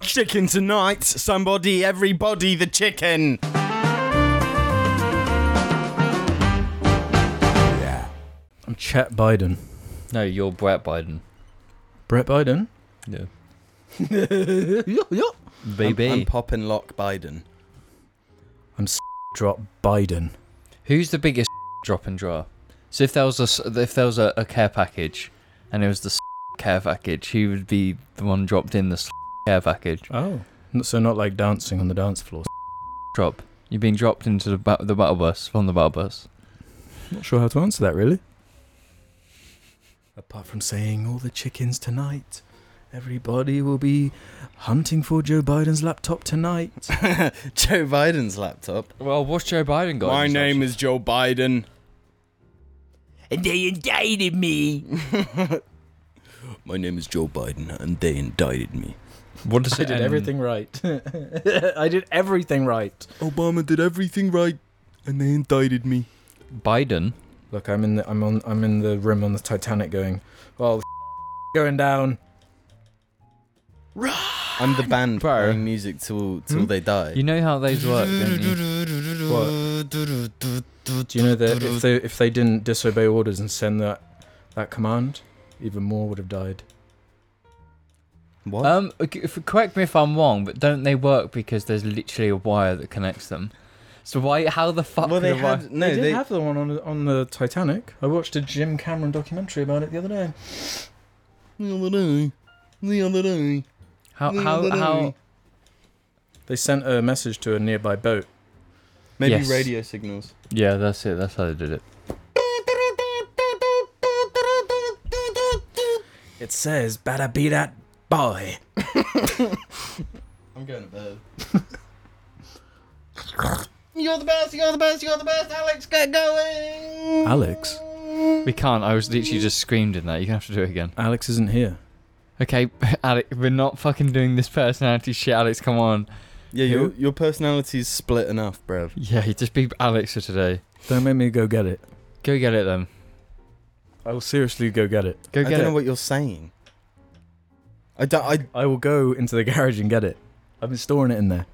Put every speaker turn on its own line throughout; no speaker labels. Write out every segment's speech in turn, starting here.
Chicken tonight, somebody, everybody, the chicken.
I'm Chet Biden.
No, you're Brett Biden.
Brett Biden?
Yeah.
I'm
BB.
I'm, I'm popping lock Biden.
s- drop Biden.
Who's the biggest drop and draw? So if there was a s- if there was a, a care package, and it was the s- care package, he would be the one dropped in the s- care package.
Oh. So not like dancing on the dance floor.
Drop. You've been dropped into the ba- the battle bus from the battle bus.
Not sure how to answer that really. Apart from saying all the chickens tonight, everybody will be hunting for Joe Biden's laptop tonight.
Joe Biden's laptop.
Well, what's Joe Biden got?
My name is Joe Biden.
And they indicted me.
My name is Joe Biden, and they indicted me.
What does
I
it
did
end-
everything right. I did everything right.
Obama did everything right, and they indicted me.
Biden.
Look, I'm in the I'm on I'm in the room on the Titanic going, well, the going down.
I'm the band
Bro.
playing music till till
Hmm?
they die.
You know how those work, don't you?
Do you know that if they if they didn't disobey orders and send that that command, even more would have died.
what?
Um, c- f- correct me if I'm wrong, but don't they work because there's literally a wire that connects them? So why? How the fuck?
well,
could
they
a wire-
had no.
they did
They,
have the one on the- on the Titanic. I watched a Jim Cameron documentary about it the other day.
The other day, the other day,
How?
the
How?
other
How?
day.
They sent a message to a nearby boat.
Maybe
Yes.
radio signals.
Yeah, that's it. That's how they did it.
It says, "Better be that boy."
I'm going to bed. you're the best. You're the best. You're the best. Alex, get going.
Alex?
We can't. I was literally just screamed in that. You're gonna have to do it again.
Alex isn't here.
Okay, Alex, we're not fucking doing this personality shit, Alex. Come on.
Yeah,
Who?
your your personality's split enough, bruv.
Yeah, you just be Alex for today.
Don't make me go get it.
Go get it then.
I will seriously go get it.
Go
I
get
don't know
it.
what you're saying. I don't. I
I will go into the garage and get it. I've been storing it in there.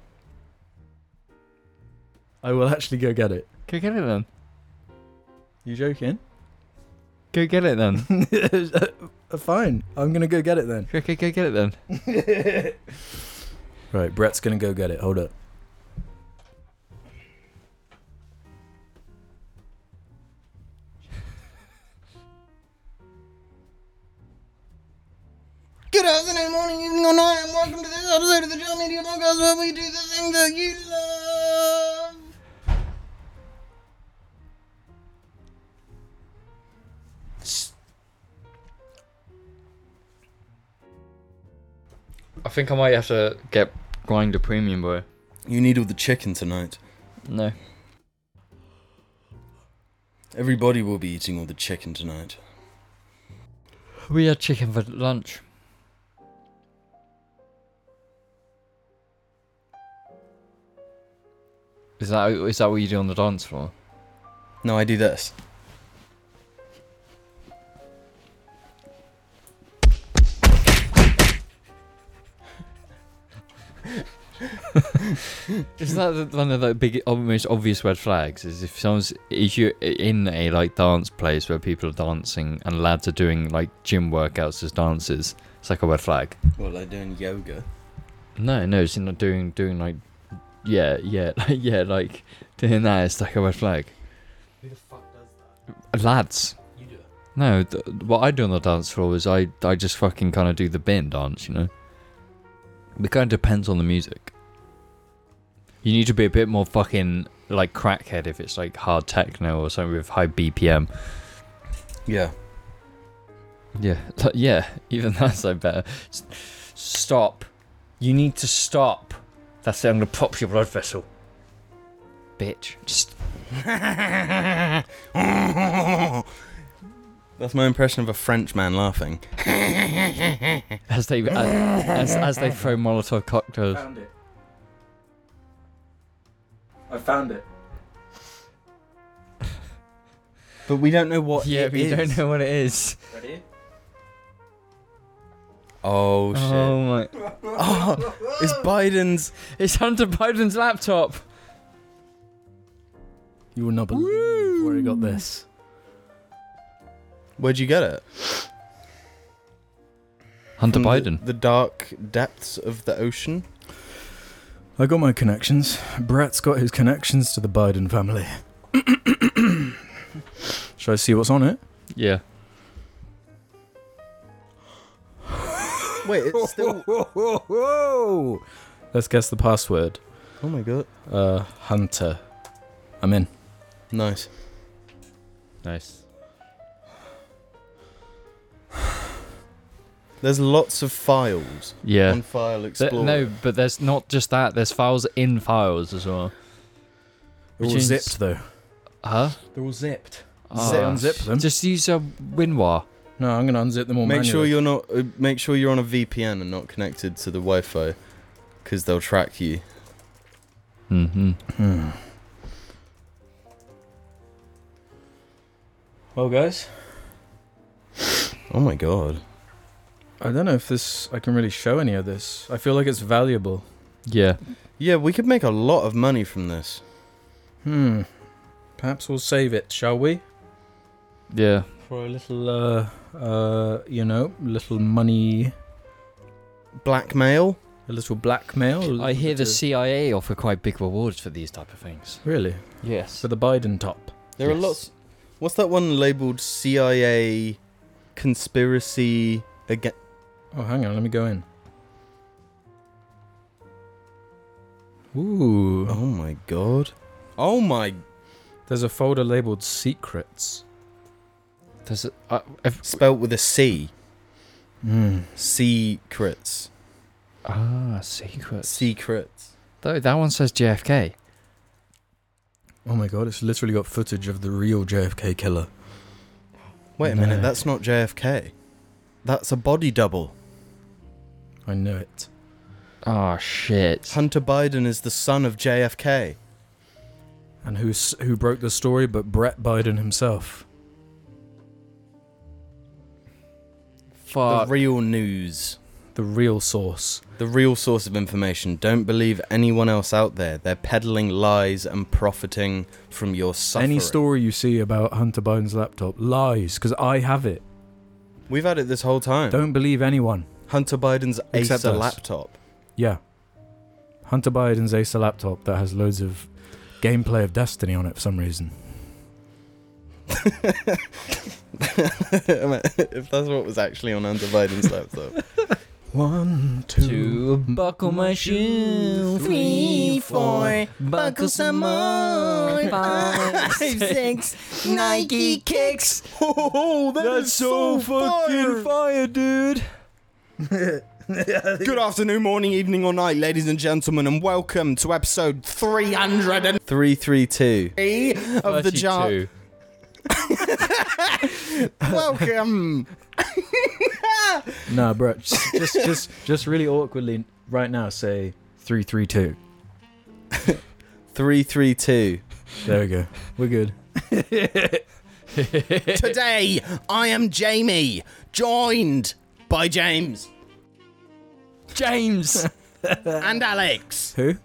I will actually go get it.
Go get it then.
You joking?
Go get it then.
Uh, Fine. I'm gonna go get it then.
go, go, go get it then.
Right, Brett's gonna go get it. Hold up.
Good afternoon, morning, evening, or night, and welcome to this episode of the John Media Podcast where we do the thing that you love.
I think I might have to get grinder premium, boy.
You need all the chicken tonight.
No.
Everybody will be eating all the chicken tonight.
We had chicken for lunch. Is that is that what you do on the dance floor?
No, I do this.
Is that the- one of the big, most obvious red flags? Is if someone's if you're in a like dance place where people are dancing and lads are doing like gym workouts as dances, it's like a red flag.
Well, I doing yoga.
No, no, it's not doing doing like yeah, yeah, like yeah, like doing that. It's like a red flag.
Who the fuck does
Lads,
that? You do it.
No, th- what I do on the dance floor is I, I just fucking kind of do the bin dance, you know? It kind of depends on the music. You need to be a bit more fucking like crackhead if it's like hard techno or something with high BPM.
Yeah.
Yeah, th- yeah, even that's like better. S- stop. You need to stop. That's it, I'm gonna pop your blood vessel. Bitch. Just
That's my impression of a French man laughing.
as they uh, as, as, as they throw Molotov cocktails.
Found it. I found it.
But we don't know what
yeah,
it
we
is.
don't know what it is.
Ready? Oh shit.
Oh my!
Oh, it's Biden's.
It's Hunter Biden's laptop.
You will not believe where he got this.
Where'd you get it?
Hunter
From the-
Biden.
The, dark depths of the ocean.
I got my connections. Brett's got his connections to the Biden family. Should I see what's on it?
Yeah.
Wait, it's still.
Let's guess the password.
oh my god.
Uh, Hunter. I'm in.
Nice.
Nice.
There's lots of files
Yeah.
on File
Th-
Explorer.
no, but there's not just that. There's files in files as well.
They're all
Which is-
zipped though.
Huh?
They're all zipped.
Zip-
Ah.
unzip them.
Just use a WinRAR.
No, I'm gonna unzip them all.
Make sure
manually.
you're not. Uh, make sure you're on a VPN and not connected to the Wi-Fi, because they'll track you.
Mm-hmm.
Hmm. Well, guys,
Oh my god.
I don't know if this I can really show any of this. I feel like it's valuable.
Yeah.
Yeah, we could make a lot of money from this.
Hmm. Perhaps we'll save it, shall we?
Yeah.
For a little, uh, uh, you know, little money,
Blackmail.
a little blackmail. a
I
little
hear
bit
the
of-
CIA offer quite big rewards for these type of things.
Really?
Yes.
For the Biden top.
There are
Yes.
lots. What's that one labeled CIA conspiracy against?
Oh, hang on, let me go in. Ooh.
Oh my god. Oh my.
There's a folder labeled secrets.
There's a, uh, if,
Spelt with a C.
Hmm.
Secrets.
ah secrets.
Secrets.
Though that one says JFK.
Oh my god, it's literally got footage of the real JFK killer.
Wait a
No.
minute, that's not JFK. That's a body double.
I know it.
Ah shit.
Hunter Biden is the son of JFK.
And who's who broke the story but Brett Biden himself.
The
Fuck.
real news.
The real source.
The real source of information. Don't believe anyone else out there. They're peddling lies and profiting from your suffering.
Any story you see about Hunter Biden's laptop, lies, because I have it.
We've had it this whole time.
Don't believe anyone.
Hunter Biden's
Except
Acer
us.
laptop.
Yeah. Hunter Biden's Acer laptop that has loads of gameplay of Destiny on it for some reason.
if that's what was actually on Hunter Biden's laptop.
One, two.
To buckle my shoe.
Three, four.
Buckle some more. Five, six. Nike kicks.
Oh,
That's so fucking fire, dude.
Good afternoon, morning, evening, or night, ladies and gentlemen, and welcome to episode 332 of the jar. Welcome.
Nah, bro. Just, just, just, just really awkwardly right now say three, three, two.
332.
There we go. We're good.
Today, I am Jamie, joined by James
James,
and Alex
Who?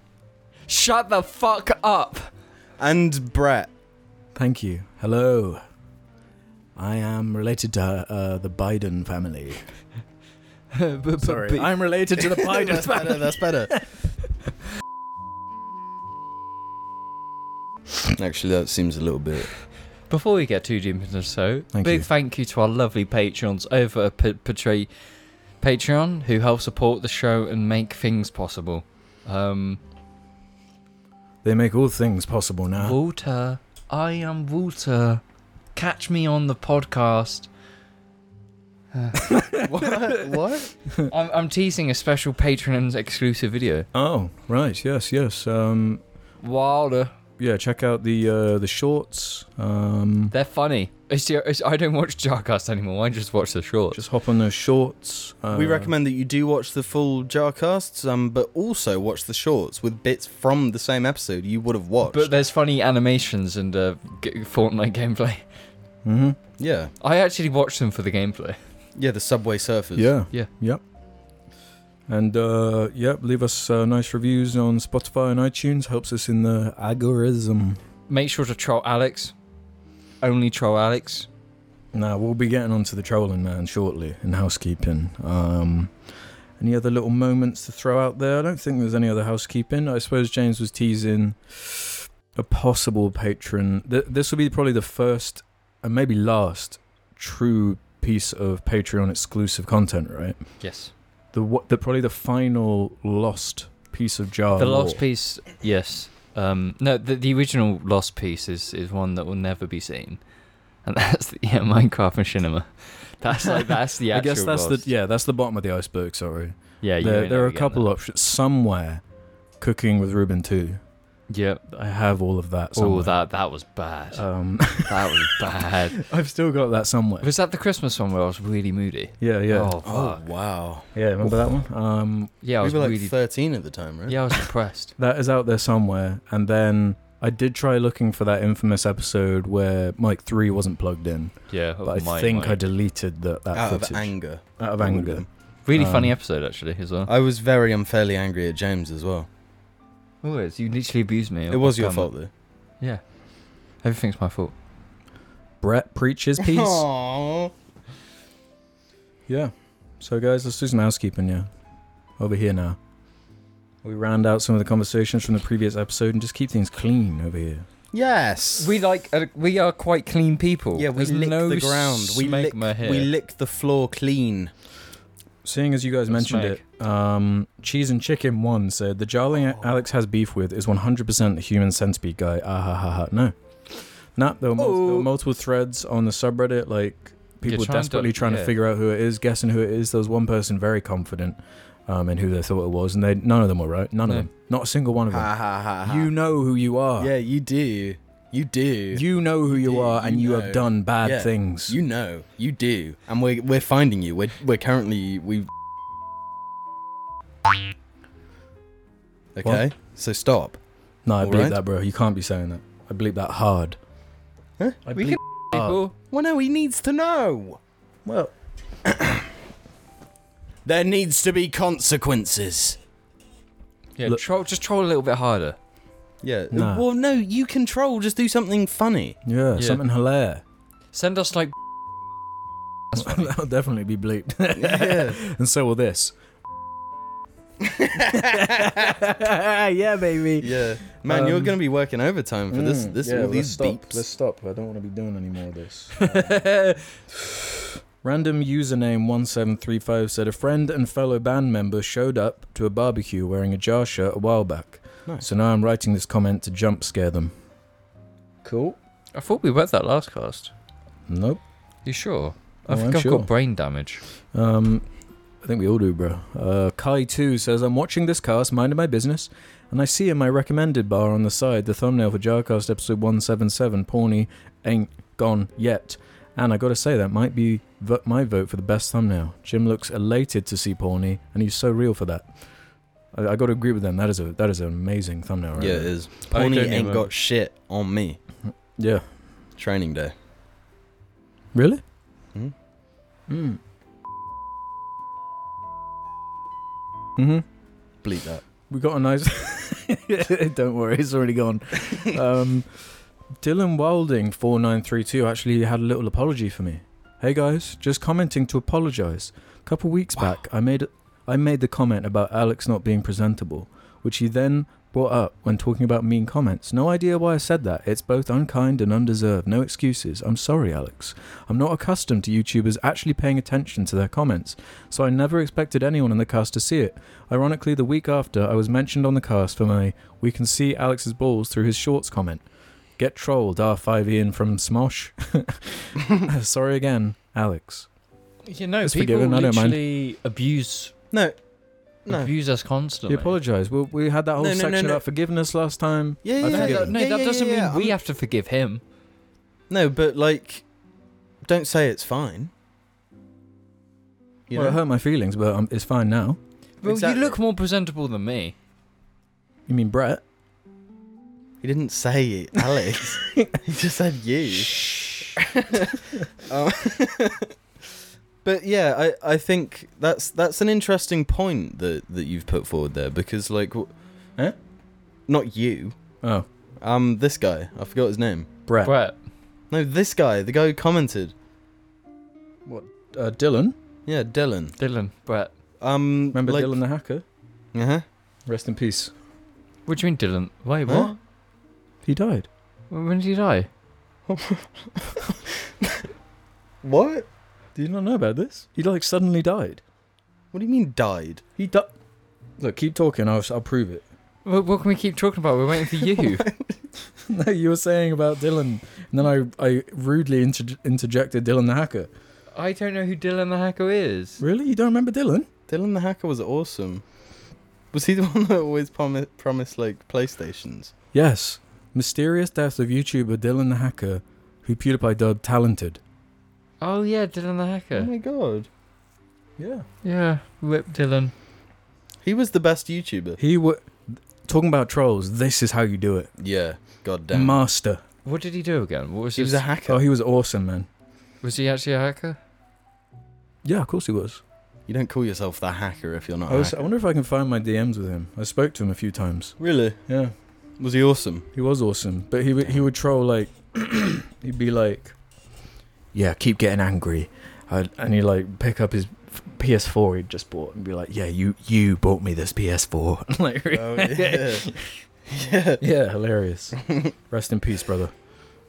shut the fuck up.
and Brett.
Thank you. Hello. I am related to uh, the Biden family. Sorry, I'm related to the Biden
That's
family.
better. That's better. Actually, that seems a little bit.
Before we get too deep into the show,
Thank
big
you.
thank you to our lovely patrons over at P- Patri- Patreon who help support the show and make things possible. Um,
They make all things possible now.
Walter, I am Walter. Catch me on the podcast.
What? what?
I'm, I'm teasing a special Patreon's exclusive video.
Oh, right. Yes, yes. Um,
Wilder,
yeah. Check out the uh, the shorts. Um,
they're funny. It's, the- it's, I don't watch Jarcast anymore. I just watch the shorts.
just hop on those shorts. Uh,
we recommend that you do watch the full Jarcasts, um, but also watch the shorts with bits from the same episode you would have watched.
But there's funny animations and uh, g- Fortnite gameplay.
hmm
yeah,
I actually watched them for the gameplay.
yeah, the Subway Surfers.
Yeah.
Yeah.
Yep. And uh, yep, leave us uh, nice reviews on Spotify and iTunes. Helps us in the algorithm.
Make sure to troll Alex. Only troll Alex.
Now we'll be getting onto the trolling man shortly in housekeeping. Um, any other little moments to throw out there? I don't think there's any other housekeeping. I suppose James was teasing a possible patron. Th- this will be probably the first and maybe last true piece of Patreon exclusive content, right?
Yes.
The what? The probably the final lost piece of jar.
the lost piece, yes. Um, no, the, the original lost piece is, is one that will never be seen, and that's the, yeah Minecraft Machinima. That's like that's the
I
actual.
guess that's
lost.
the yeah, that's the bottom of the iceberg. Sorry,
yeah. you
there,
ain't
there are
never
a
getting
couple
that.
options somewhere. Cooking with Ruben too.
Yeah.
I have all of that. Somewhere.
Oh, that that was bad.
Um,
that was bad.
I've still got that somewhere.
Was that the Christmas one where I was really moody?
Yeah, yeah,
Oh fuck.
wow.
yeah. Remember that one? Um,
Yeah, I
we
was
were like
really.
13 at the time, right?
yeah, I was depressed.
that is out there somewhere. And then I did try looking for that infamous episode where Mike Three wasn't plugged in,
Yeah,
but I think I deleted the, that
Out
footage
of anger.
out of
I would've
anger.
been.
Really funny
Um,
episode actually as well.
I was very unfairly angry at James as well.
Always, Oh, you literally abused me.
It was your
Um,
fault, though.
Yeah, everything's my fault.
Brett preaches peace.
Aww.
yeah. So guys, let's do some housekeeping. Yeah, over here now. We round out some of the conversations from the previous episode and just keep things clean over here.
Yes.
We like uh, we are quite clean people.
Yeah, we
There's
lick
no
the ground. We lick,
smegma here.
we lick the floor clean.
Seeing as you guys
Don't
mentioned
smack.
it, um, Cheese and Chicken One said the Jarling
Oh.
Alex has beef with is 100% the human centipede guy. Ah ha ha ha. No, nah. There were, mul- there
Oh.
were multiple threads on the subreddit, like people
You're
were
trying to-
desperately trying
yeah.
to figure out who it is, guessing who it is. There was one person very confident um, in who they thought it was, and they none of them were right. None
No.
of them. Not a single one of them.
Ha ha ha. ha.
You know who you are.
Uh-huh. Yeah, you do. You do. You,
You know who you
Yeah,
are,
you
and you
know.
have done bad
Yeah.
things.
know. You do. And we're we're finding you. We're we're currently we. Okay. So stop.
no, I
All
bleep
right.
that, bro. You can't be saying that. I bleep that hard.
Huh?
I
We
bleep
can
hard.
people.
Well, no, he needs to know.
Well,
There needs to be consequences.
Yeah,
Look-
troll, just troll a little bit harder.
Yeah.
Nah.
Well, no, you control. Just do something funny.
Yeah,
Yeah.
something hilarious.
Send us like
That'll definitely be bleeped.
Yeah.
and so will this. yeah, baby.
yeah. Man, you're
Um,
going to be working overtime for this. This all these beeps.
Mm, stop. I don't want to be doing any more of this. Random username 1735 said a friend and fellow band member showed up to a barbecue wearing a jar shirt a while back.
Nice.
So now I'm writing this comment to jump scare them. Cool.
I thought we read that last cast.
Nope.
You sure? I
Oh,
think
I'm
I've
sure.
got brain damage.
Um, I think we all do, bro. Uh, Kai too says I'm watching this cast, minding my business, and I see in my recommended bar on the side the thumbnail for Jarcast episode one seven seven. Pawnee ain't gone yet, and I gotta say that might be vo- my vote for the best thumbnail. Jim looks elated to see Pawnee, and he's so real for that. I, I gotta agree with them. That is a that is an amazing thumbnail. Right
Yeah, it
there.
is.
I
Pony
don't
ain't
even-
got shit on me.
yeah.
Training day.
Really?
Hmm?
Hmm. Mm-hmm.
Bleep that.
We got a nice. Don't worry, it's already gone. Um, Dylan Wilding four nine three two actually had a little apology for me. Hey guys, just commenting to apologise. A couple weeks back, I made I made the comment about Alex not being presentable, which he then brought up when talking about mean comments. No idea why I said that. It's both unkind and undeserved. No excuses. I'm sorry, Alex. I'm not accustomed to YouTubers actually paying attention to their comments, so I never expected anyone in the cast to see it. Ironically, the week after, I was mentioned on the cast for my "We can see Alex's balls through his shorts" comment. Get trolled, R5 Ian from Smosh. Sorry again, Alex.
You know,
It's
people
forgiven, I don't mind.
literally abuse
No. No.
abuse us
We
constantly.
apologise. We, we had that whole
No, no, no,
section
no.
about forgiveness last time.
Yeah, yeah,
I
No,
yeah,
forgive
that,
him.
no,
yeah,
that
yeah,
doesn't
yeah,
mean
yeah.
we
I'm-
have to forgive him.
No, but like, don't say it's fine. You
well, it
know?
hurt my feelings, but um, it's fine now.
Well,
Exactly.
you look more presentable than me.
You mean Brett?
He didn't say it, Alex. he just said you. Um, But yeah, I, I think that's that's an interesting point that that you've put forward there because like, w-
Eh?
not you.
Oh,
Um, this guy. I forgot his name.
Brett.
Brett.
No, this guy. The guy who commented.
Uh, Dylan.
Yeah, Dylan.
Dylan. Brett.
Um,
Remember Dylan the hacker?
Uh huh.
Rest in peace.
What do you mean Dylan? Wait, what?
Huh?
He died.
When did he die?
What?
Do you not know about this? He like suddenly died.
What do you mean died?
He died. Look, keep talking. I'll, I'll prove it.
What, what can we keep talking about? We're waiting for you.
no, you were saying about Dylan, and then I, I rudely inter- interjected Dylan the hacker.
I don't know who Dylan the Hacker is.
Really? You don't remember Dylan?
Dylan the hacker was awesome. Was he the one that always promi- promised like PlayStations?
Yes. Mysterious death of YouTuber Dylan the hacker, who PewDiePie dubbed talented.
Oh yeah, Dylan the
Oh
Hacker.
my god.
Yeah.
Yeah, rip Dylan.
He was the best YouTuber.
He wa talking about trolls. This is how you do it,
Yeah. God damn.
master.
What did he do again? What was
he
his?
was a hacker.
Oh, he was awesome, man.
was he actually a hacker?
Yeah, of course he was.
you don't call yourself the hacker if you're not.
I,
a
was, I
hacker.
wonder if I can find my DMs with him. I spoke to him a few times.
Really?
Yeah,
Was he awesome?
he was awesome, but he would he would troll like he'd be like, "Yeah, keep getting angry," I'd, and he'd like pick up his PS4 he'd just bought and be like, "Yeah, you you bought me this PS4," like really-
Oh yeah. yeah.
yeah, hilarious. Rest in peace, brother.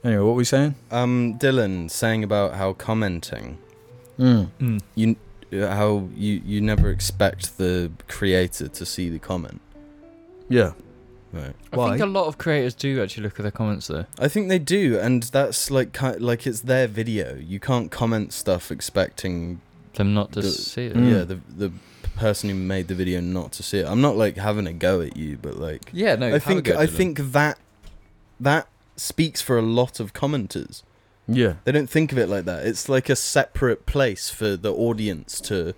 Anyway, what were we saying?
Um, Dylan sang about how commenting,
Mm.
Mm.
you, uh, how you you never expect the creator to see the comment.
Yeah,
Right.
I
Why?
think a lot of creators do actually look at their comments though.
I think they do, and that's like ki- like it's their video. You can't comment stuff expecting
Them not to
The-
see it.
Mm.
yeah the the person who made the video not to see it. I'm not like having a go at you, but like
Yeah, no.
I think I think that that speaks for a lot of commenters.
yeah.
They don't think of it like that. It's like a separate place for the audience to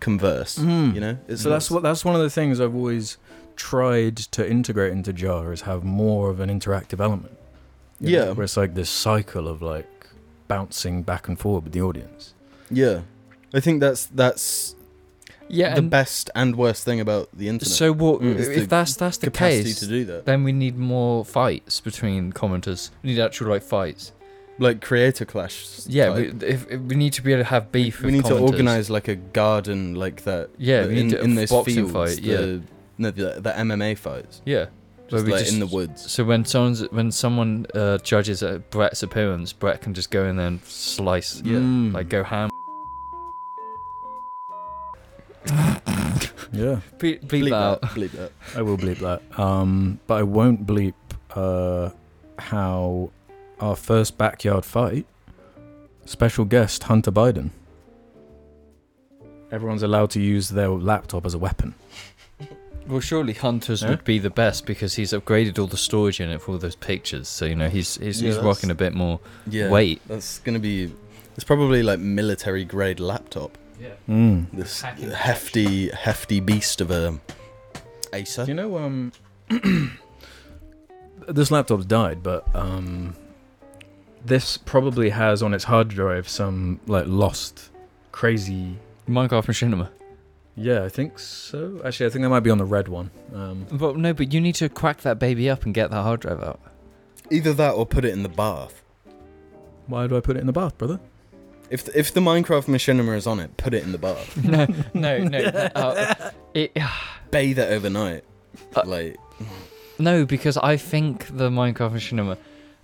converse.
Mm.
You know, it's
So that's
not-
what that's one of the things I've always tried to integrate into Jar is have more of an interactive element. you know,
Yeah.
where it's like this cycle of like bouncing back and forward with the audience.
Yeah, I think that's that's
Yeah,
the
and
best and worst thing about the internet.
so what
Mm. It's the
if that's that's the
capacity
case?
to do that,
Then we need more fights between commenters. We need actual like fights.
like creator clash.
Yeah,
type.
we, if, if we need to be able to have beef.
we
with
need to
commenters.
organize like a garden like that.
Yeah,
that
we need
in,
to-
in this
boxing
field,
fight, yeah.
the, no, the, the MMA fights,
Yeah,
just
we
like
just-
in the woods.
So when someone's when someone uh, judges uh, Brett's appearance, Brett can just go in there and slice,
Yeah.
Mm.
like go ham.
yeah,
Bleep, bleep,
Bleep
that out.
that, bleep that.
I will bleep that. Um, but I won't bleep uh, how our first backyard fight. Special guest Hunter Biden. Everyone's allowed to use their laptop as a weapon.
Well, surely Hunter's
Yeah.
would be the best because he's upgraded all the storage in it for all those pictures. So you know he's he's,
Yeah,
he's
that's-
rocking a bit more
Yeah,
weight.
That's gonna be. It's probably like military grade laptop.
Mm.
This
Hacking
hefty, hefty beast of a Acer.
Do you know, um, this laptop's died, but um, this probably has on its hard drive some like lost, crazy.
Minecraft Machinima.
Yeah, I think so. Actually, I think that might be on the red one. Um,
But no, but you need to crack that baby up and get that hard drive out.
Either that or put it in the bath.
why do I put it in the bath, brother?
If if the Minecraft machinima is on it, put it in the bath.
no, no, no. uh, it,
Bathe it overnight.
Uh,
like
No, because I think the Minecraft Machinima.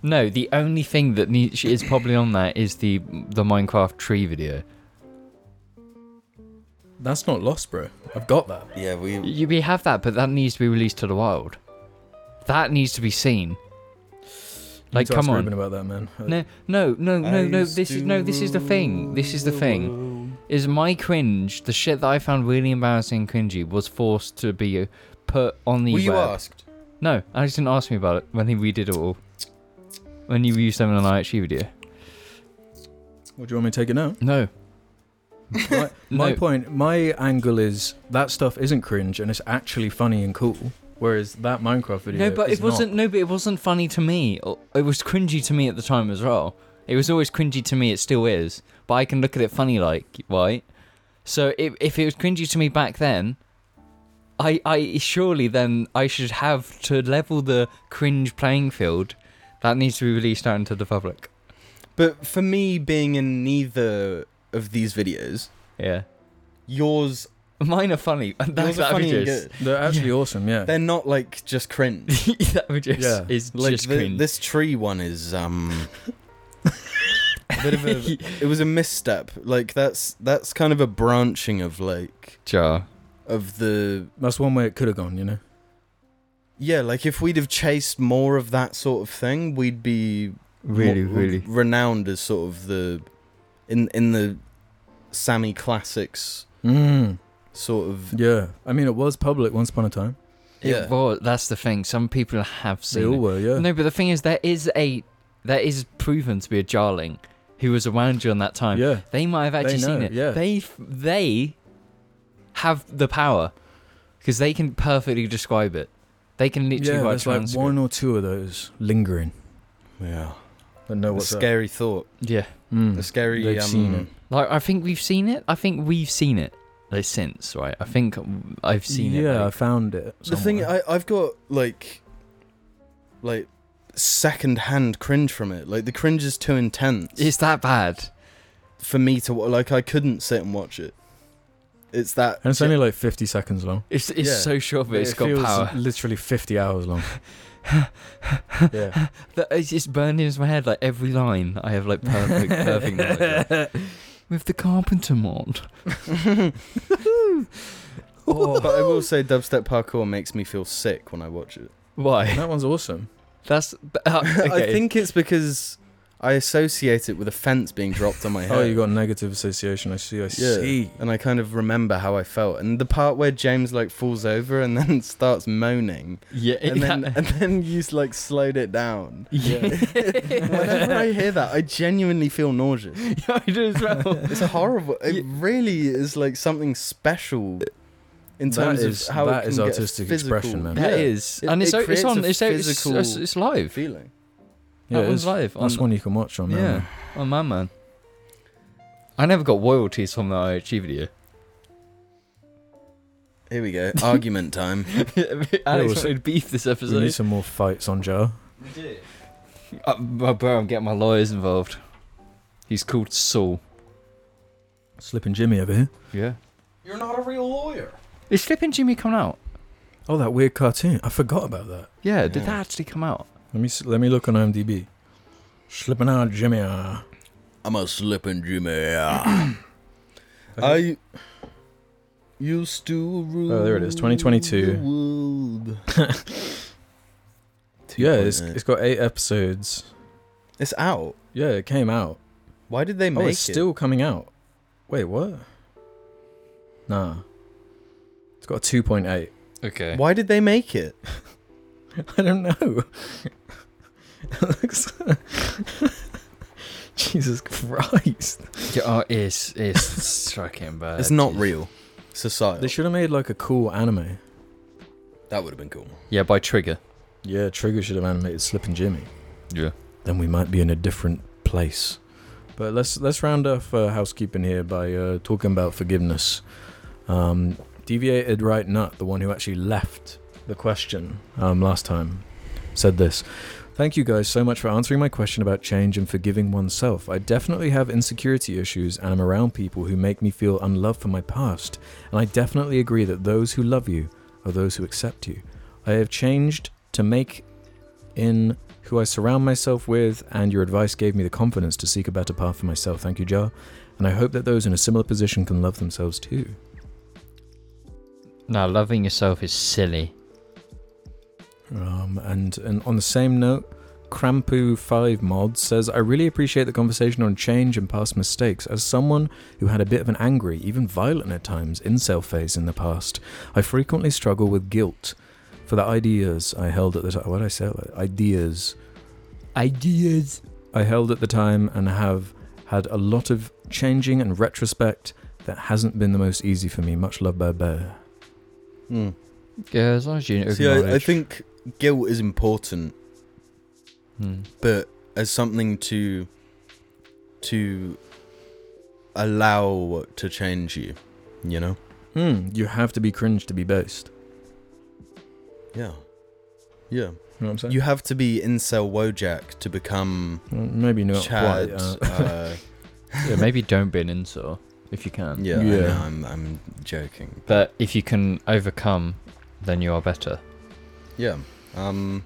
No, the only thing that needs is probably on that is the the Minecraft tree video.
That's not lost, bro. I've got that.
yeah, we
You, we have that, but that needs to be released to the wild. That needs to be seen. Like,
you need to ask
come on.
Ruben about that, man. Uh,
No, no, no, no, no.
Eyes
This is
to
no. This is the thing. This is the thing.
thing.
Is my cringe the shit that I found really embarrassing, and cringy, was forced to be uh, put on the
Were you
web.
asked?
No, Alex didn't ask me about it when he redid it all. When you used them in an IHG video.
What do you want me to take it now?
No,
My, my
No.
point, my angle is that stuff isn't cringe and it's actually funny and cool. Whereas that Minecraft video.
No, but
is
it
not.
Oh, wasn't. No, but it wasn't funny to me. It was cringy to me at the time as well. It was always cringy to me. It still is, but I can look at it funny, like right. So if if it was cringy to me back then, I I surely then I should have to level the cringe playing field. That needs to be released out into the public.
But for me, being in neither of these videos,
Yeah,
yours,
mine are funny. That's
yours are funny and
outrageous.
good.
They're actually awesome, yeah.
They're not like just cringe.
that would just
Yeah.
is
Like
just
the-
cringe.
this tree one is um a bit of a it was a misstep. Like that's that's kind of a branching of like
jar.
of the
That's one way it could have gone, you know.
yeah, like if we'd have chased more of that sort of thing, we'd be
Really,
mo-
really.
renowned as sort of the in in the Sammy classics
Mm.
sort of
Yeah. I mean, it was public once upon a time.
yeah.
It was, that's the thing. Some people have
They
seen.
all
it.
were, yeah.
No, but the thing is, there is a there is proven to be a jarling who was around during that time.
Yeah.
They might have actually seen
know,
it.
yeah.
They f- they have the power because they can perfectly describe it. They can literally
Yeah,
write
there's like
transcript.
one or two of those lingering
yeah.
that know
A
what's up.
scary thought.
Yeah,
Mm.
A scary
They've
um,
seen it.
like I think we've seen it. I think we've seen it like, since, right? I think I've seen it.
Yeah, I
like-
found it.
The thing
somewhere.
I, I've got like like second hand cringe from it. Like the cringe is too intense
it's that bad.
for me to wa- like I couldn't sit and watch it. It's that
and it's only like 50 seconds long.
It's it's
Yeah.
so short, but it's
it
got
feels
power.
literally 50 hours long. yeah.
That- It's just burning into my head like every line. I have like perfect, perfect. knowledge of. with the carpenter mod. Oh,
but I will say dubstep parkour makes me feel sick when I watch it.
Why?
that one's awesome.
That's uh,
I
okay.
think it's because I associate it with a fence being dropped on my head.
Oh, you got negative association. I see. I see.
And I kind of remember how I felt. And the part where James like falls over and then starts moaning.
yeah,
And then
that-
and then you like slowed it down. Whenever
yeah.
I hear that, I genuinely feel nauseous.
Yeah, I do as well.
It's horrible. It
Yeah.
really is like something special in
That
terms
is-
of how
that
it can
is
get a
artistic
physical
expression, man.
That
Yeah.
is,
It-
and it's
it
o- it's
creates
on.
a
It's, o- it's,
physical
it's, it's live.
feeling.
That
it's-
one's live.
That's
on,
one you can watch on. uh,
Yeah,
Yeah.
on my man. I never got royalties from the IHG video.
Here we go. Argument time.
Alex
was-
wanted beef this
We need
episode.
some more fights on Jar.
Uh, bro, bro, I'm getting my lawyers involved. He's called Saul.
Slipping Jimmy over here.
Yeah.
You're not a real lawyer.
Is Flippin' Jimmy coming out?
Oh, that weird cartoon. I forgot about that.
Yeah, did
Yeah.
that actually come out?
Let me s- let me look on IMDb. Slipping out Jimmy. ah.
I'm a slipping Jimmy. I used to rule.
Oh, there it is, 2022.
the world.
Yeah, it's,
2.8.
it's got eight episodes.
It's out.
Yeah, it came out.
Why did they make
oh, it's
it?
still coming out. Wait, what? Nah. It's got a 2.8.
Okay.
Why did they make it?
I don't know. it looks. Jesus Christ.
Yeah, oh, it's it's striking
Uh,
bad.
It's not real. Society.
They should have made like a cool anime.
That would have been cool.
Yeah, by Trigger.
Yeah, Trigger should have animated Slip and Jimmy.
Yeah.
Then we might be in a different place. But let's let's round off uh, housekeeping here by uh, talking about forgiveness. Um, deviated right nut, the one who actually left the question um, last time, said this. Thank you guys so much for answering my question about change and forgiving oneself. I definitely have insecurity issues and I'm around people who make me feel unloved for my past. And I definitely agree that those who love you are those who accept you. I have changed to make in who I surround myself with, and your advice gave me the confidence to seek a better path for myself. Thank you, Jar. And I hope that those in a similar position can love themselves too.
No, loving yourself is silly.
Um, and, and on the same note, Crampu5 Mod says, I really appreciate the conversation on change and past mistakes. As someone who had a bit of an angry, even violent at times, incel phase in the past, I frequently struggle with guilt for the ideas I held at the time. What did I say? Ideas.
Ideas.
I held at the time and have had a lot of changing and retrospect that hasn't been the most easy for me. Much love, Bear Bear. Hmm.
Mm.
Yeah, as long as you acknowledge.
See, I, I think guilt is important,
Hmm.
but as something to to allow to change you, Hmm, you know?
Mm, you have to be cringe to be based.
Yeah. Yeah.
You know what I'm saying?
You have to be incel Wojak to become
Well, Maybe not
Chad.
quite. uh,
uh,
yeah, maybe don't be an incel if you can.
yeah,
Yeah.
I know, I'm, I'm joking.
But if you can overcome, then you are better.
Yeah. Um,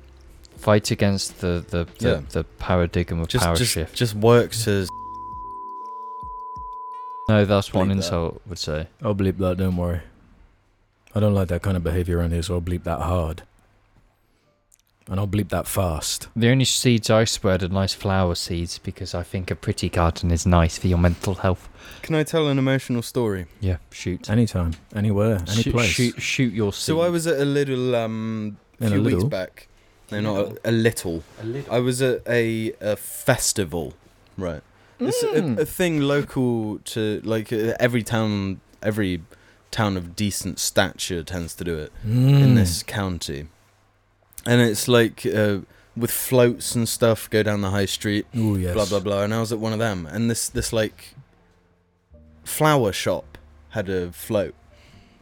Fight against the the the,
Yeah.
the paradigm of
just,
power
just,
shift.
just work to.
no, that's what an
Believe that.
insult would say.
I'll bleep that, don't worry. I don't like that kind of behavior around here, so I'll bleep that hard. And I'll bleep that fast.
The only seeds I spread are nice flower seeds because I think a pretty garden is nice for your mental health.
Can I tell an emotional story?
Yeah, shoot.
Anytime, anywhere, any
Shoot-
place.
Shoot, shoot your seed.
So I was at a little um a
In a
few weeks
little?
back. No, not a, a little. I was at a a festival, right? It's
Mm.
a, a thing local to like uh, every town, every town of decent stature tends to do it in
Mm.
this county, and it's like uh, with floats and stuff go down the high street,
Ooh, yes.
blah blah blah. And I was at one of them, and this this like flower shop had a float,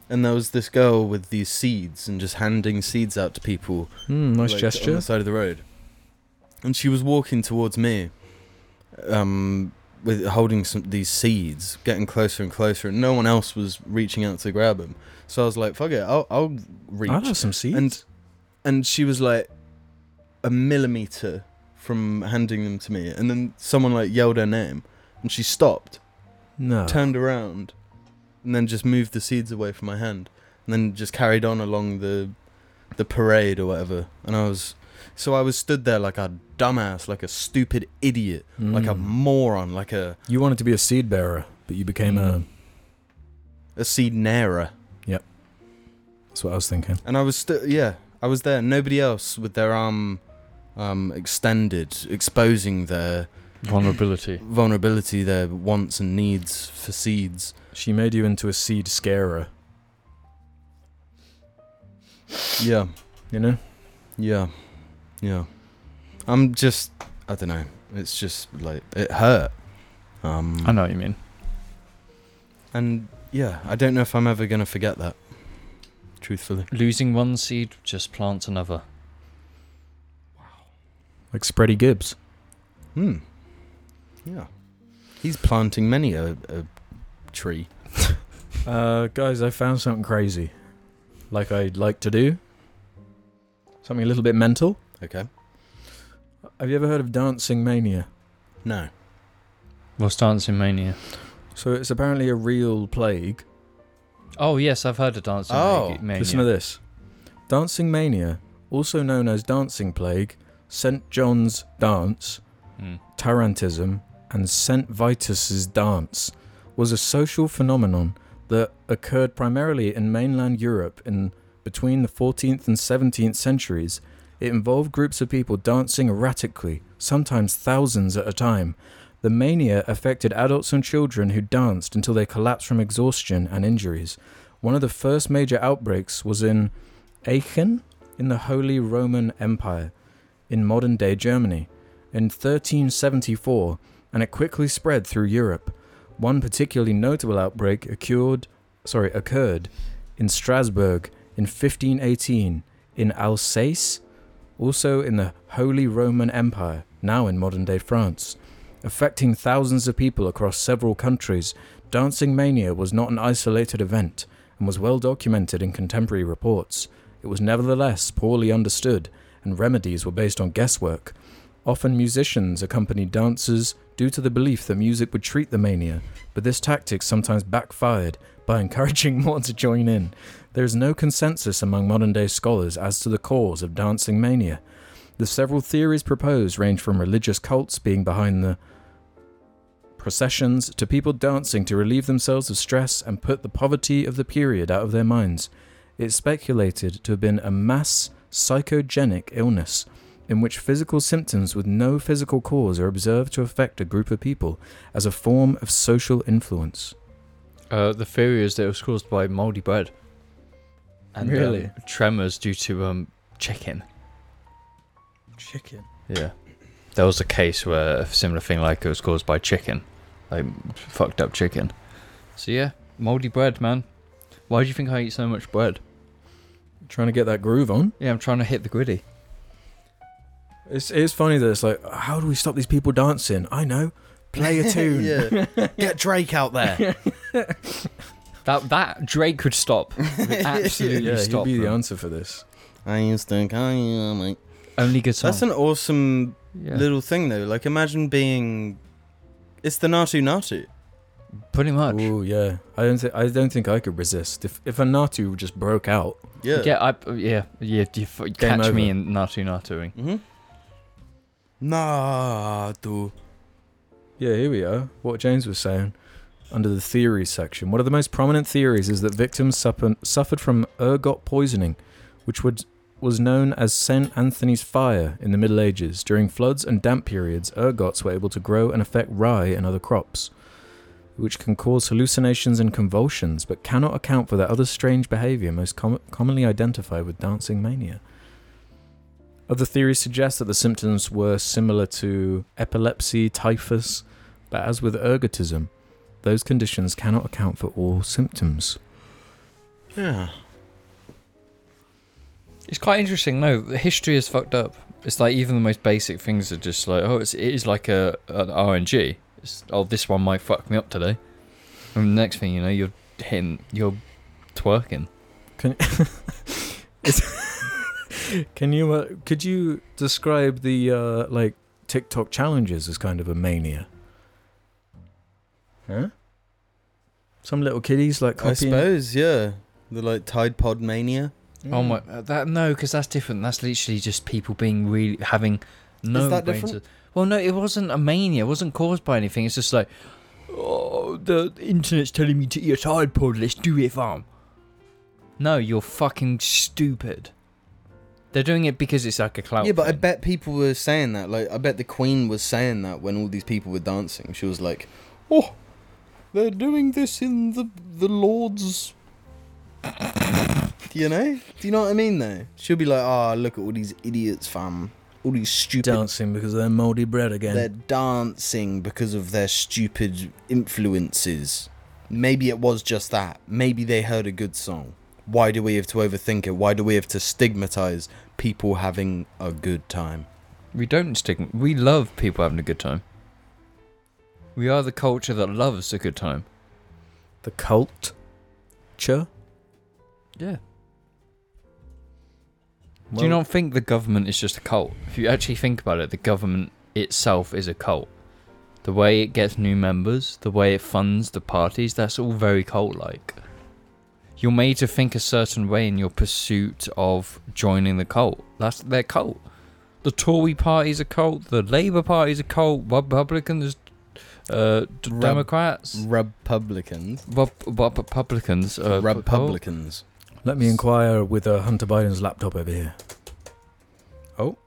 and there was this girl with these seeds and just handing seeds out to people
Mm, nice
like, on
gesture.
the side of the road. And she was walking towards me, um, with holding some these seeds, getting closer and closer, and no one else was reaching out to grab them. So I was like, "Fuck it, I'll, I'll reach."
I'll have Ah, some seeds.
And and she was like a millimeter from handing them to me, and then someone like yelled her name, and she stopped,
no.
turned around, and then just moved the seeds away from my hand, and then just carried on along the the parade or whatever. And I was so I was stood there like a dumbass, like a stupid idiot, like a
Mm.
moron, like a
You wanted to be a seed bearer, but you became a.
a seed nairer.
That's what I was thinking.
And I was still, yeah, I was there. Nobody else with their arm um, extended, exposing their
vulnerability.
vulnerability, their wants and needs for seeds.
She made you into a seed scarer,
Yeah,
you know?
yeah, yeah. I'm just, I don't know. It's just like it hurt. Um,
I know what you mean.
and yeah, I don't know if I'm ever gonna forget that. Truthfully,
Losing one seed, just plant another.
Like Spready Gibbs.
hmm. Yeah, he's planting many a, a tree.
Uh, guys, I found something crazy. Like I'd like to do. Something a little bit mental.
Okay.
Have you ever heard of Dancing Mania?
No.
What's dancing mania?
So it's apparently a real plague.
Oh yes, I've heard of dancing
Oh,
mania- mania.
Listen to this Dancing Mania, also known as Dancing Plague, St. John's Dance,
Mm.
Tarantism, and St. Vitus's Dance, was a social phenomenon that occurred primarily in mainland Europe in between the 14th and 17th centuries. It involved groups of people dancing erratically, sometimes thousands at a time. The mania affected adults and children who danced until they collapsed from exhaustion and injuries. One of the first major outbreaks was in Aachen in the Holy Roman Empire in modern day Germany in 1374 and it quickly spread through Europe. One particularly notable outbreak occurred, sorry, occurred in Strasbourg in 1518 in Alsace, also in the Holy Roman Empire, now in modern-day France, affecting thousands of people across several countries. Dancing mania was not an isolated event and was well documented in contemporary reports. It was nevertheless poorly understood and remedies were based on guesswork. Often musicians accompanied dancers due to the belief that music would treat the mania, but this tactic sometimes backfired by encouraging more to join in. There is no consensus among modern day scholars as to the cause of dancing mania. The several theories proposed range from religious cults being behind the processions to people dancing to relieve themselves of stress and put the poverty of the period out of their minds. It's speculated to have been a mass psychogenic illness in which physical symptoms with no physical cause are observed to affect a group of people as a form of social influence.
Uh, the theory is that it was caused by mouldy bread. um,
Really?
tremors due to um chicken.
Chicken.
Yeah. there was a case where a similar thing like it was caused by chicken, like fucked up chicken. So yeah, moldy bread, man. Why do you think I eat so much bread?
Trying to get that groove on.
Yeah, I'm trying to hit the gritty.
It's it's funny that it's like, how do we stop these people dancing? I know, play a tune.
yeah. Get Drake out there.
That that Drake could stop. Would absolutely
yeah, he'd
stop.
be the
them.
answer for this.
I used to call you mate.
Only good song.
That's an awesome
yeah.
little thing though. Like imagine being it's the Natu Natu.
Pretty much.
Oh yeah, I don't think I don't think I could resist. If if a Natu just broke out,
Yeah.
Yeah, I, yeah, yeah. You f- catch me
over.
in Natu Natuing.
Mm-hmm. Natu.
yeah, here we are. What James was saying under the theories section. One of the most prominent theories is that victims suffer, suffered from ergot poisoning, which would was known as St. Anthony's fire in the Middle Ages. During floods and damp periods, ergots were able to grow and affect rye and other crops, which can cause hallucinations and convulsions, but cannot account for their other strange behavior most com- commonly identified with dancing mania. Other theories suggest that the symptoms were similar to epilepsy, typhus, but as with ergotism, those conditions cannot account for all symptoms.
Yeah.
It's quite interesting. No, the history is fucked up. It's like even the most basic things are just like, oh, it's, it is like a an RNG. It's, oh, this one might fuck me up today. And the next thing you know, you're hitting, you're twerking.
Can you uh, could you describe the uh, like TikTok challenges as kind of a mania? Huh? Some little kiddies like
I
copying.
suppose, yeah. The like Tide Pod mania.
Mm.
Oh my, uh, that no, because that's different. That's literally just people being really having no
that
brain
different?
to- Well, no, it wasn't a mania. It wasn't caused by anything. It's just like, oh, the internet's telling me to eat a Tide Pod. Let's do it, fam. No, you're fucking stupid. They're doing it because it's like a clout.
Yeah, but I
thing.
bet people were saying that. Like, I bet the Queen was saying that when all these people were dancing. She was like, "Oh, they're doing this in the the Lord's." Do you know? Do you know what I mean? Though she'll be like, "Ah, look at all these idiots, fam. All these stupid.
dancing because they're moldy bread again.
They're dancing because of their stupid influences. Maybe it was just that. Maybe they heard a good song." Why do we have to overthink it? Why do we have to stigmatize people having a good time?
we don't stigma. We love people having a good time. We are the culture that loves a good time.
the cult. Cha.
Yeah. Do you not think the government is just a cult? If you actually think about it, the government itself is a cult. The way it gets new members, the way it funds the parties, that's all very cult like. You're made to think a certain way in your pursuit of joining the cult. That's their cult. The Tory party's a cult, the Labour party's a cult, Republicans, uh, d-
Rub-
Democrats,
Republicans.
Rub- Rub- Republicans, uh,
oh.
Republicans.
Let me inquire with uh, Hunter Biden's laptop over here. Oh,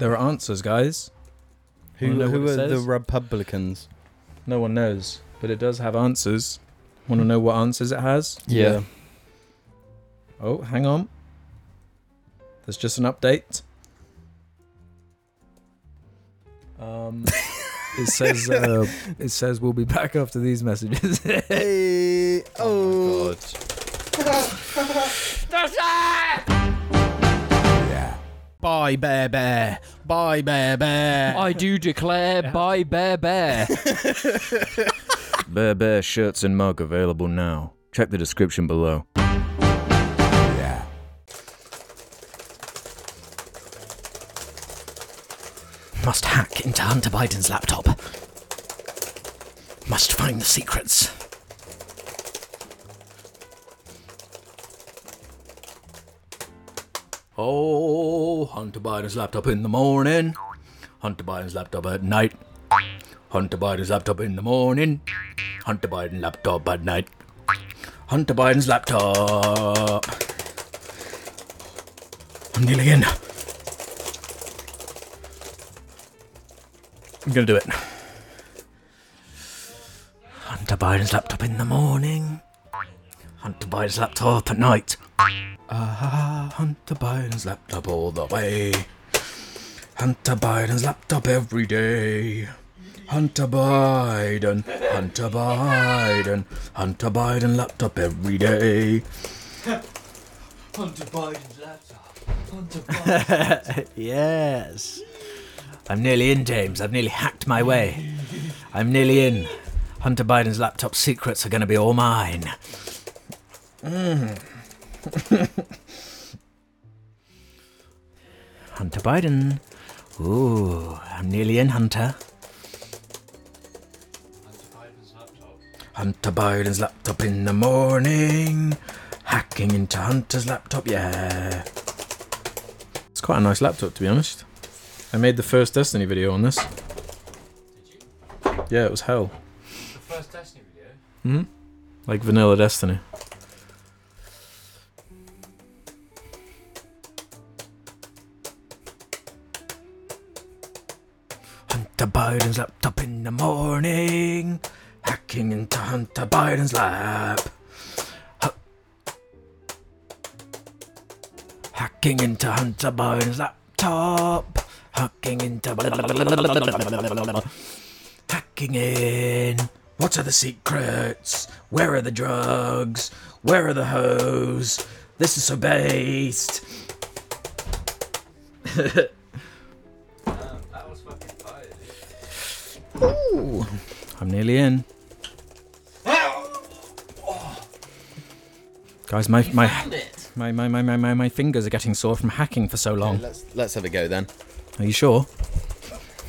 there are answers, guys.
Who,
Wanna know
who
what
are
it
the
says?
Republicans?
No one knows, but it does have answers. Want to know what answers it has?
Yeah.
Oh, hang on. There's just an update. Um, it says uh, it says we'll be back after these messages.
Hey,
Oh my
oh,
God.
bye, Bear Bear. Bye, Bear Bear.
I do declare by Bear Bear.
Bear Bear shirts and mug available now. Check the description below.
Must hack into Hunter Biden's laptop. Must find the secrets.
Oh, Hunter Biden's laptop in the morning. Hunter Biden's laptop at night. Hunter Biden's laptop in the morning. Hunter Biden laptop at night. Hunter Biden's laptop. I'm kneeling in. I'm gonna do it. Hunter Biden's laptop in the morning. Hunter Biden's laptop at night. Ah, Hunter Biden's laptop all the way. Hunter Biden's laptop every day. Hunter Biden, Hunter Biden, Hunter Biden laptop every day.
Hunter Biden's laptop. Hunter
yes. I'm nearly in, James. I've nearly hacked my way. I'm nearly in. Hunter Biden's laptop secrets are going to be all mine. Hunter Biden. Ooh, I'm nearly in, Hunter.
Biden's laptop.
Hunter Biden's laptop in the morning. Hacking into Hunter's laptop, yeah. It's quite a nice laptop, to be honest. I made the first Destiny video on this. Yeah, it was hell.
The first Destiny video.
Hmm? Like vanilla Destiny. Hunter Biden's laptop in the morning. Hacking into Hunter Biden's lap. Ha- Hacking into Hunter Biden's laptop. Hacking into. Hacking in. What are the secrets? Where are the drugs? Where are the hoes? This is so based.
That was fucking tired.
Ooh. I'm nearly in. Guys, my my, my my my my my my fingers are getting sore from hacking for so long.
Let's let's have a go then.
Are you sure?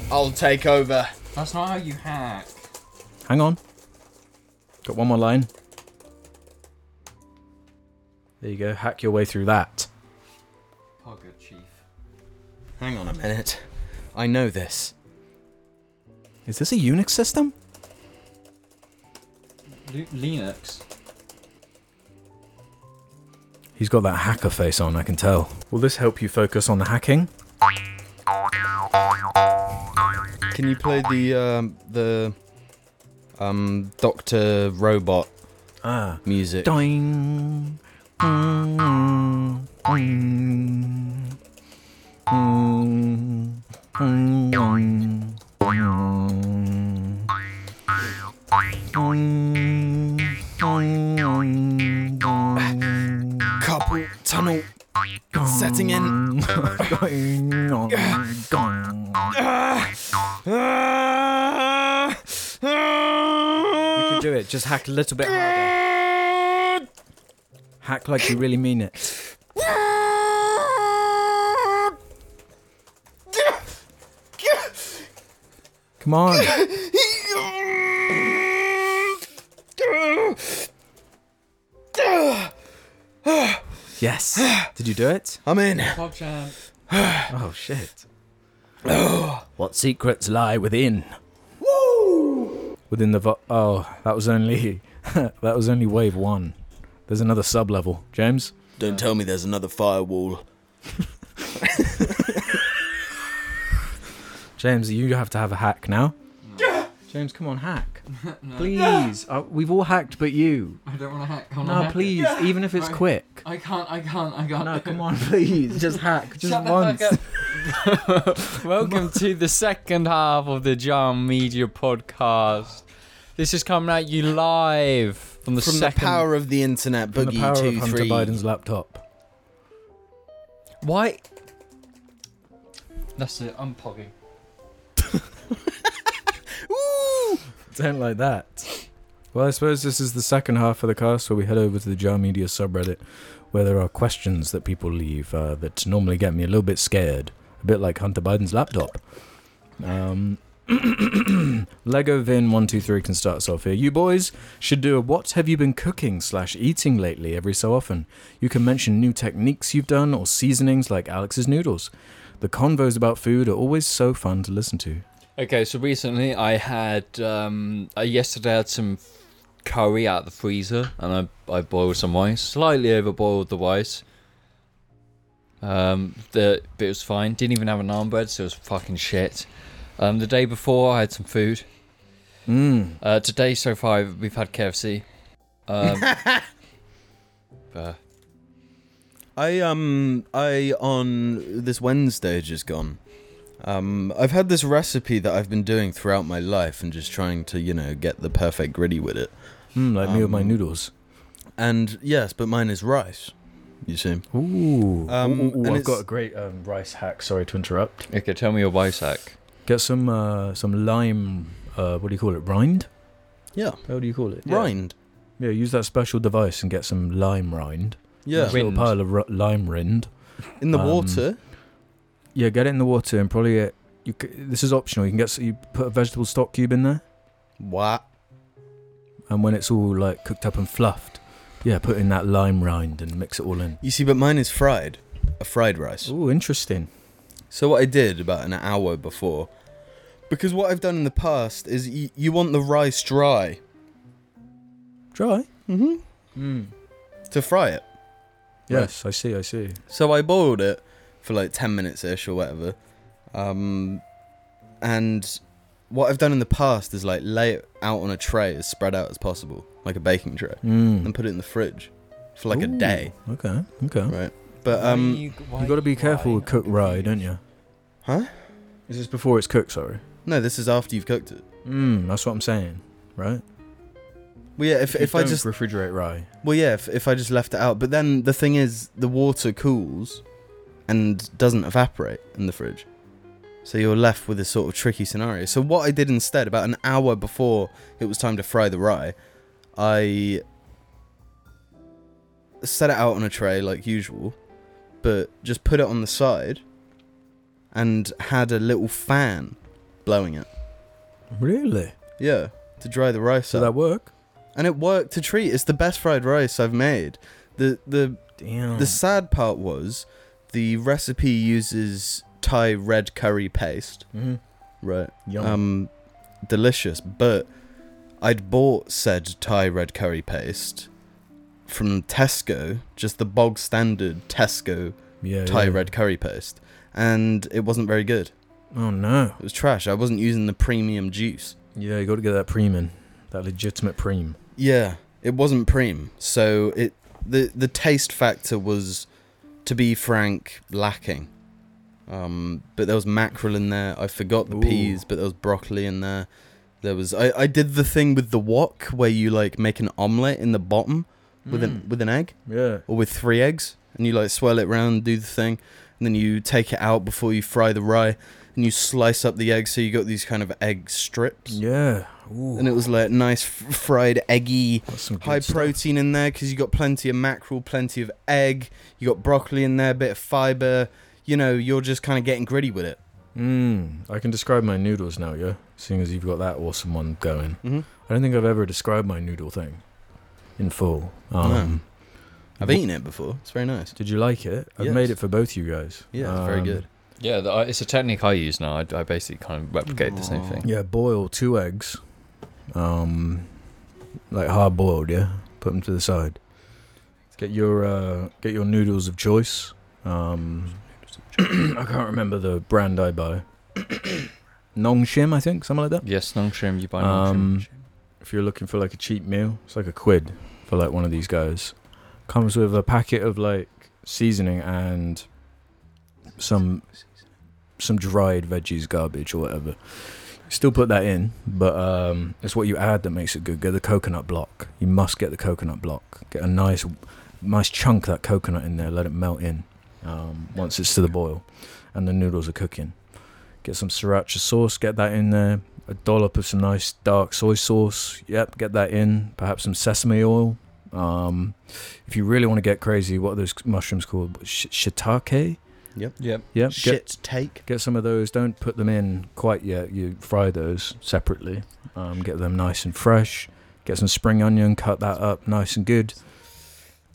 I'll take over.
That's not how you hack.
Hang on. Got one more line. There you go. Hack your way through that.
Pogger Chief.
Hang on a minute. I know this.
Is this a Unix system?
Lu- Linux.
He's got that hacker face on, I can tell. Will this help you focus on the hacking?
Can you play the um, the um Doctor Robot
Ah.
music?
Doing. Mm, mm, mm, mm, mm.
Couple tunnel setting in. uh,
You can do it. Just hack a little bit harder. Hack like you really mean it. Come on. Yes. Did you do it?
I'm in.
PogChamp.
Oh shit.
What secrets lie within?
Within the vo- oh, that was only that was only wave one. There's another sub level, James.
Don't tell me there's another firewall.
James, you have to have a hack now. James, come on, hack, please. Uh, we've all hacked, but you.
I don't want to hack. Can't I
No,
hack it?
please, even if it's
Right.
quick.
I can't. I can't. I can't.
No, come on, please, just hack, just
Shut the
once.
fuck up. Welcome to the second half of the Jam Media podcast. This is coming at you live from the
From the
second.
power of the internet,
From the
boogie
power of
two
Hunter
three.
Biden's laptop.
Why? That's it. I'm pogging.
Don't like that. Well, I suppose this is the second half of the cast where we head over to the Jar Media subreddit, where there are questions that people leave uh, that normally get me a little bit scared, a bit like Hunter Biden's laptop. Um, Lego Vin one two three can start us off here. You boys should do a "What have you been cooking slash eating lately?" every so often. You can mention new techniques you've done or seasonings like Alex's noodles. The convos about food are always so fun to listen to.
Okay, so recently I had um, I yesterday had some curry out of the freezer, and I I boiled some rice, slightly overboiled the rice. Um, the but it was fine. Didn't even have an arm bread, so it was fucking shit. Um, the day before I had some food.
Mmm.
Uh, today so far we've had KFC. Um, uh,
I um I on this Wednesday just gone. Um, I've had this recipe that I've been doing throughout my life and just trying to, you know, get the perfect gritty with it.
Mm, like me with my
Um,
noodles.
And yes, but mine is rice. You see?
Ooh.
um, and
I've
it's-
got a great um, rice hack. Sorry to interrupt.
Okay, tell me your rice hack.
Get some uh, some lime. Uh, what do you call it? Rind.
Yeah.
How do you call it?
Rind.
Yeah. yeah, use that special device and get some lime rind.
Yeah.
A little
Rind.
pile of r- lime rind.
In the
Um,
water.
Yeah, get it in the water and probably uh you. C- this is optional. You can get s- you put a vegetable stock cube in there,
What?
and when it's all like cooked up and fluffed, yeah, put in that lime rind and mix it all in.
You see, but mine is fried. A fried rice.
Ooh, interesting.
So what I did about an hour before, because what I've done in the past is y- you want the rice dry
Dry.
mm-hmm.
Mm.
to fry it.
Yes, I see. I see.
So I boiled it for like 10 minutes ish or whatever. Um, and what I've done in the past is like lay it out on a tray as spread out as possible, like a baking tray,
Mm.
and put it in the fridge for like a
Ooh.
day,
Okay. Okay.
right? But um,
You got to be careful with cooked rye, don't you?
Huh?
Is this before it's cooked? Sorry.
no, this is after you've cooked it.
Mm, that's what I'm saying, right?
Well, yeah, if,
you
if I
don't
just
refrigerate rye,
Well, yeah, if, if I just left it out. But then the thing is, the water cools and doesn't evaporate in the fridge. So you're left with this sort of tricky scenario. So what I did instead, about an hour before it was time to fry the rye, I set it out on a tray like usual, but just put it on the side and had a little fan blowing it.
really?
Yeah, to dry the rice
So
up.
that work?
and it worked to treat. It's the best fried rice I've made. The the
Damn.
the sad part was the recipe uses Thai red curry paste.
Mhm.
Right.
Yum.
Um delicious, but I'd bought said Thai red curry paste from Tesco, just the bog standard Tesco
yeah.
Thai
Oh, yeah.
red curry paste, and it wasn't very good.
Oh no.
It was trash. I wasn't using the premium juice.
Yeah, you got to get that preem in, that legitimate preem.
Yeah, it wasn't prime, so it the the taste factor was, to be frank, lacking. Um, but there was mackerel in there. I forgot the
Ooh.
peas, but there was broccoli in there. There was I, I did the thing with the wok where you like make an omelette in the bottom with
Mm.
an with an egg
Hmm, Yeah.
or with three eggs, and you like swirl it round, do the thing, and then you take it out before you fry the rye, and you slice up the egg so you got these kind of egg strips.
Yeah. Ooh.
And it was like nice f- fried eggy
that's some good
high
stuff.
protein in there because you got plenty of mackerel, plenty of egg, you got broccoli in there, a bit of fiber. You know, you're just kind of getting gritty with it.
Mm, I can describe my noodles now, yeah. Seeing as you've got that awesome one going,
Mhm.
I don't think I've ever described my noodle thing in full. Um,
I've eaten it before. It's very nice.
Did you like it? I've
Yes.
made it for both you guys.
Yeah, it's very
Um,
good.
Yeah, the, I- it's a technique I use now. I, I basically kind of replicate the same thing.
Yeah, boil two eggs, um, like hard boiled. Yeah, put them to the side. Get your uh, get your noodles of choice. Um, I can't remember the brand I buy. Nongshim, I think, something like that.
Yes, Nong Shrim, you buy Nong
Um, if you're looking for like a cheap meal, it's like a quid for like one of these guys. Comes with a packet of like seasoning and some some dried veggies, garbage or whatever. Still put that in, but um, it's what you add that makes it good. Get the coconut block. You must get the coconut block. Get a nice, nice chunk of that coconut in there. Let it melt in um, once it's to the boil, and the noodles are cooking. Get some sriracha sauce. Get that in there a dollop of some nice dark soy sauce. Yep, get that in. Perhaps some sesame oil. Um, if you really want to get crazy, what are those mushrooms called? Sh- shiitake.
Yep.
Yep. Get,
Shit take.
get some of those. Don't put them in quite yet. You fry those separately. Um, get them nice and fresh. Get some spring onion. Cut that up nice and good.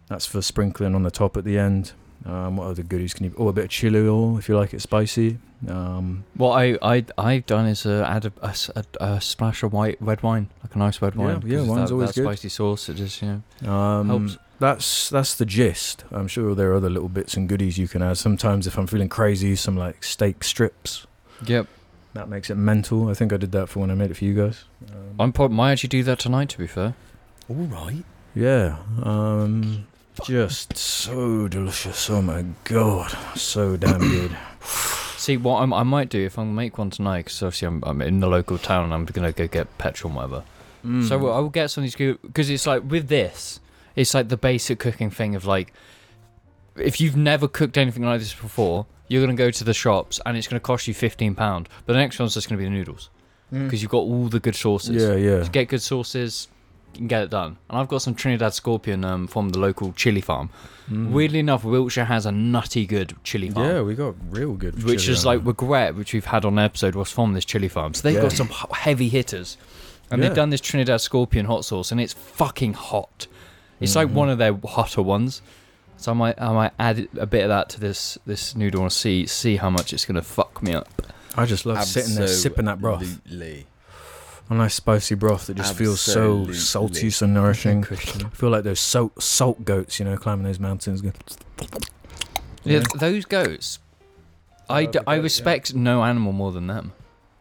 That's for sprinkling on the top at the end. Um, what other goodies can you? Oh, a bit of chili oil if you like it spicy. Um,
What I, I, I've done is uh, add a, a s- a- a splash of white red wine, like a nice red
Yeah,
wine.
yeah,
'cause
wine's
that,
always
that
good.
spicy sauce, it just, you know.
Um,
Helps.
That's that's the gist. I'm sure there are other little bits and goodies you can add. Sometimes, if I'm feeling crazy, some like steak strips.
Yep.
That makes it mental. I think I did that for when I made it for you guys.
I'm probably, might actually do that tonight, to be fair.
All right.
Yeah. Um, just so delicious. Oh my god, so damn good.
See, what I'm, I might do if I make one tonight, because obviously I'm, I'm in the local town and I'm going to go get petrol and whatever.
Mm.
So I
Hmm.
will, I will get some of these because it's like with this, it's like the basic cooking thing of like, if you've never cooked anything like this before, you're gonna go to the shops and it's gonna cost you fifteen pound. But the next one's just gonna be the noodles because you've got all the good sauces.
Hmm. Yeah, yeah.
Just get good sauces, you can get it done. And I've got some Trinidad scorpion um, from the local chili farm. Weirdly enough, Wiltshire has a nutty good chili farm
Hmm. Yeah, we got real good.
which
chili
is
on
like
it.
regret, which we've had on an episode, was from this chili farm. So they've
Yeah.
got some h- heavy hitters, and
Yeah.
they've done this Trinidad Scorpion hot sauce, and it's fucking hot. It's
Mm-hmm.
like one of their hotter ones. So I might, I might add a bit of that to this this noodle and see see how much it's gonna fuck me up.
I just love sitting there sipping that broth,
Absolutely.
a nice spicy broth that just feels so
Absolutely.
salty, so nourishing.
Christian.
I feel like those salt salt goats, you know, climbing those mountains. Go-
Yeah, th- those goats. I,
Love
d-
the
I
goat, yeah.
respect no animal more than them.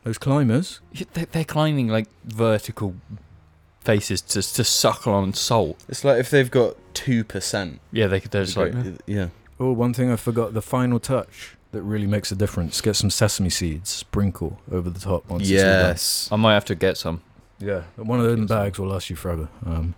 Those climbers.
Yeah, They're, they're climbing like vertical faces to to suckle on salt.
It's like if they've got two percent.
Yeah, they, they're just like
yeah.
Oh, one thing I forgot: the final touch that really makes a difference. Get some sesame seeds, sprinkle over the top once
Yes.
I might have to get some.
it's all done. Yeah, one of those bags will last you forever. Um,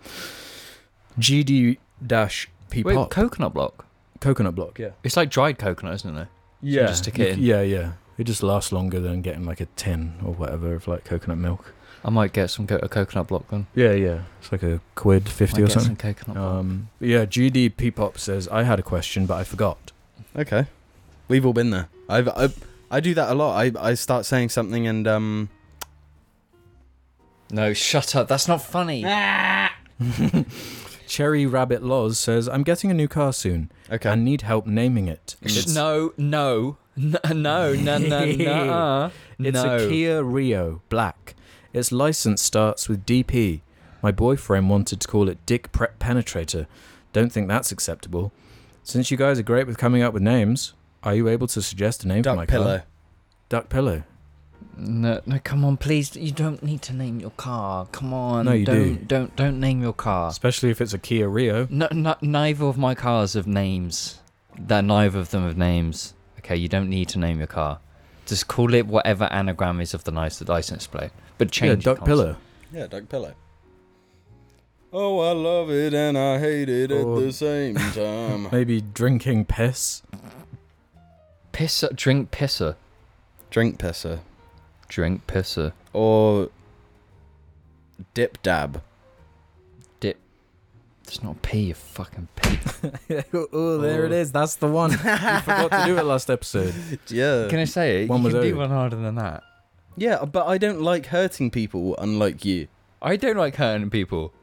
GD dash P
Wait,
pop
coconut block.
coconut block. Yeah,
It's like dried coconut, isn't it?
yeah,
just stick it in.
Yeah, yeah. It just lasts longer than getting like a tin or whatever of like coconut milk.
I might get some co- a coconut block then.
Yeah, yeah. It's like a quid fifty
Might
or
get
something.
Some coconut block.
Um, yeah, GD P pop says I had a question but I forgot.
Okay. We've all been there. I've I, I do that a lot. I, I start saying something and um
No, shut up. That's not funny. Ah!
Cherry Rabbit Laws says I'm getting a new car soon.
okay.
and need help naming it.
Sh- no, no, no, no, no, no, uh-uh. no.
It's a Kia Rio Black. Its license starts with DP. My boyfriend wanted to call it Dick Prep Penetrator. Don't think that's acceptable. Since you guys are great with coming up with names, are you able to suggest a name for my
duck
car?
pillow.
Duck Pillow.
No, uh, no, come on, please. You don't need to name your car. Come on.
No, you
don't,
do.
Don't, don't name your
Ah.
car.
Especially if it's a Kia Rio.
No, no, neither of my cars have names. That neither of them have names. Okay, you don't need to name your car. Just call it whatever anagram is of the nice license plate, but
Yeah,
change. it
Duck
constantly.
Pillow.
Yeah, duck pillow. Oh, I love it and I hate it
Or-
at the same time.
Maybe Drinking Piss.
Pisser, drink pisser,
Drink pisser
drink pisser,
or dip dab.
dip. It's not pee, you fucking pee.
oh, there it is. That's the one. you forgot to do it last episode.
Yeah.
Can I say it?
One
you
was
can do
owed.
one harder than that.
yeah, but I don't like hurting people unlike you.
I don't like hurting people.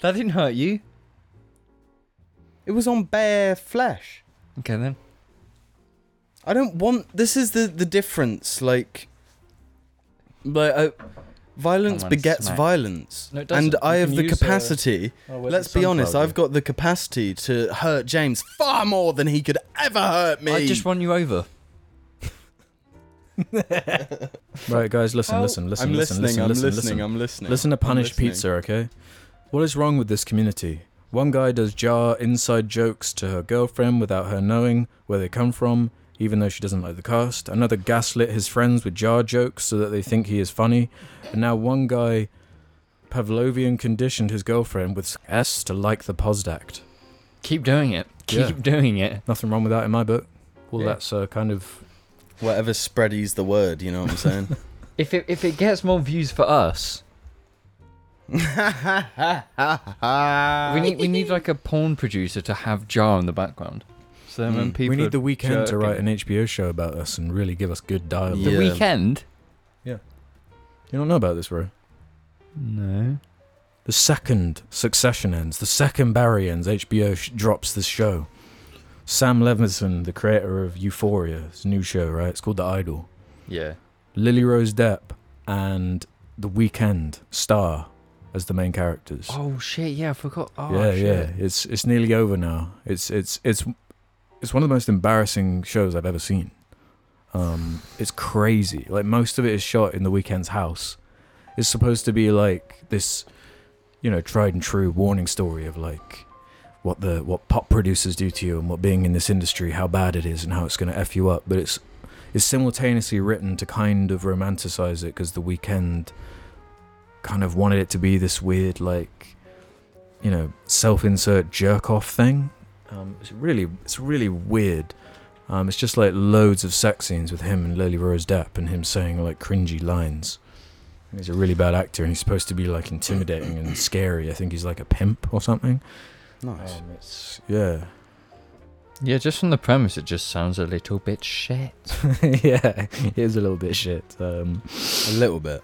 That didn't hurt you.
It was on bare flesh.
Okay then.
I don't want. This is the the difference. Like, like uh, violence
Someone
begets
smacked.
violence,
No, it
and
doesn't.
I
You
have
can
the
use, uh,
capacity. Let's be honest. I've got the capacity to hurt James far more than he could ever hurt me.
I just won you over.
Right, guys, listen,
Well,
listen, listen,
Oh. I'm
listen,
listening.
listen,
I'm listening.
listen, listen.
I'm listening.
Listen to
I'm
Punished
listening.
Pizza, okay? What is wrong with this community? One guy does jar inside jokes to her girlfriend without her knowing where they come from, even though she doesn't like the cast. Another gaslit his friends with jar jokes so that they think he is funny. And now one guy Pavlovian conditioned his girlfriend with S to like the Posdact.
Keep doing it. Keep
Yeah.
doing it.
Nothing wrong with that in my book. Well,
Yeah.
that's uh, kind of.
Whatever spreadies the word. You know what I'm saying.
If it if it gets more views for us, we need we need like a porn producer to have Jar in the background. So then when
Mm. We
people
we need the weekend to
jerking.
write an HBO show about us and really give us good dialogue.
the
Yeah.
weekend.
You don't know about this, bro.
No.
The second Succession ends, the second Barry ends, HBO sh- drops the show. Sam Levinson, the creator of Euphoria, it's a new show, right? It's called The Idol.
Yeah.
Lily Rose Depp and The Weeknd star as the main characters.
Oh shit! Yeah, I forgot. Oh
yeah,
shit.
yeah. It's it's nearly over now. It's it's it's it's one of the most embarrassing shows I've ever seen. Um, it's crazy. Like most of it is shot in the weekend's house. It's supposed to be like this, you know, tried and true warning story of like what the what pop producers do to you and what being in this industry, how bad it is and how it's going to f you up. But it's it's simultaneously written to kind of romanticize it because the weekend kind of wanted it to be this weird like you know self-insert jerk off thing. Um, it's really it's really weird. Um, it's just like loads of sex scenes with him and Lily Rose Depp and him saying like cringy lines. And He's a really bad actor and he's supposed to be like intimidating and scary. I think he's like a pimp or something.
Nice.
Um, it's yeah,
Yeah, just from the premise, it just sounds a little bit shit.
yeah. It is a little bit shit. Um,
A little bit.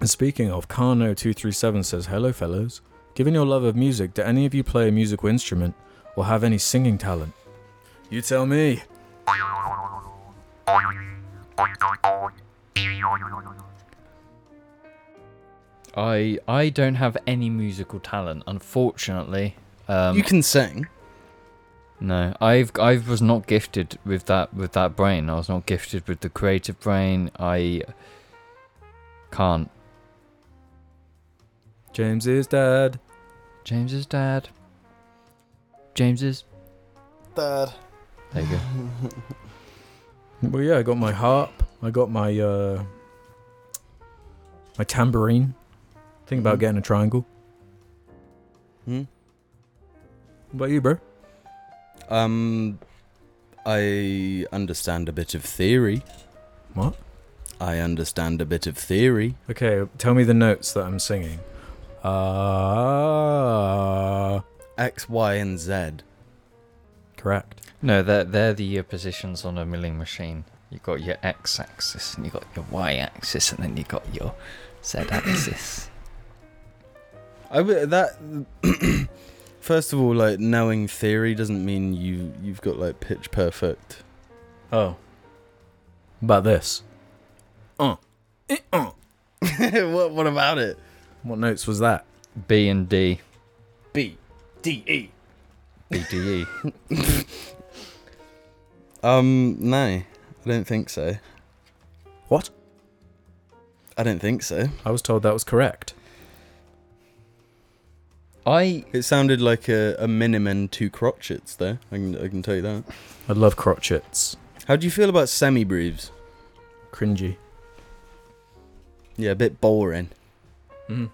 and speaking of, Carno two three seven says, "Hello, fellows. Given your love of music, do any of you play a musical instrument or have any singing talent? You tell me."
I I don't have any musical talent, unfortunately. Um,
you can sing.
No, I've I was not gifted with that with that brain. I was not gifted with the creative brain. I can't.
James is dead.
James's dad. James's.
Dad.
There you go.
Well, yeah, I got my harp. I got my uh, my tambourine. Think about
Mhm.
getting a triangle.
Hmm?
What about you, bro?
Um, I understand a bit of theory.
What?
I understand a bit of theory.
Okay, tell me the notes that I'm singing. Ah,
X, Y, and Z.
correct.
No, they're they're the uh, positions on a milling machine. You have got your x-axis and you got your y-axis and then you got your z-axis.
I w- that first of all, like knowing theory doesn't mean you you've got like pitch perfect.
Oh, about this. Uh, eh, uh.
what what about it?
What notes was that?
B and D.
B D E.
B D E.
Um, no, I don't think so.
What?
I don't think so.
I was told that was correct.
I
It sounded like a, a minim and two crotchets there. I can I can tell you that.
I love crotchets.
How do you feel about semi breaves?
Cringy.
Yeah, a bit boring.
Mm.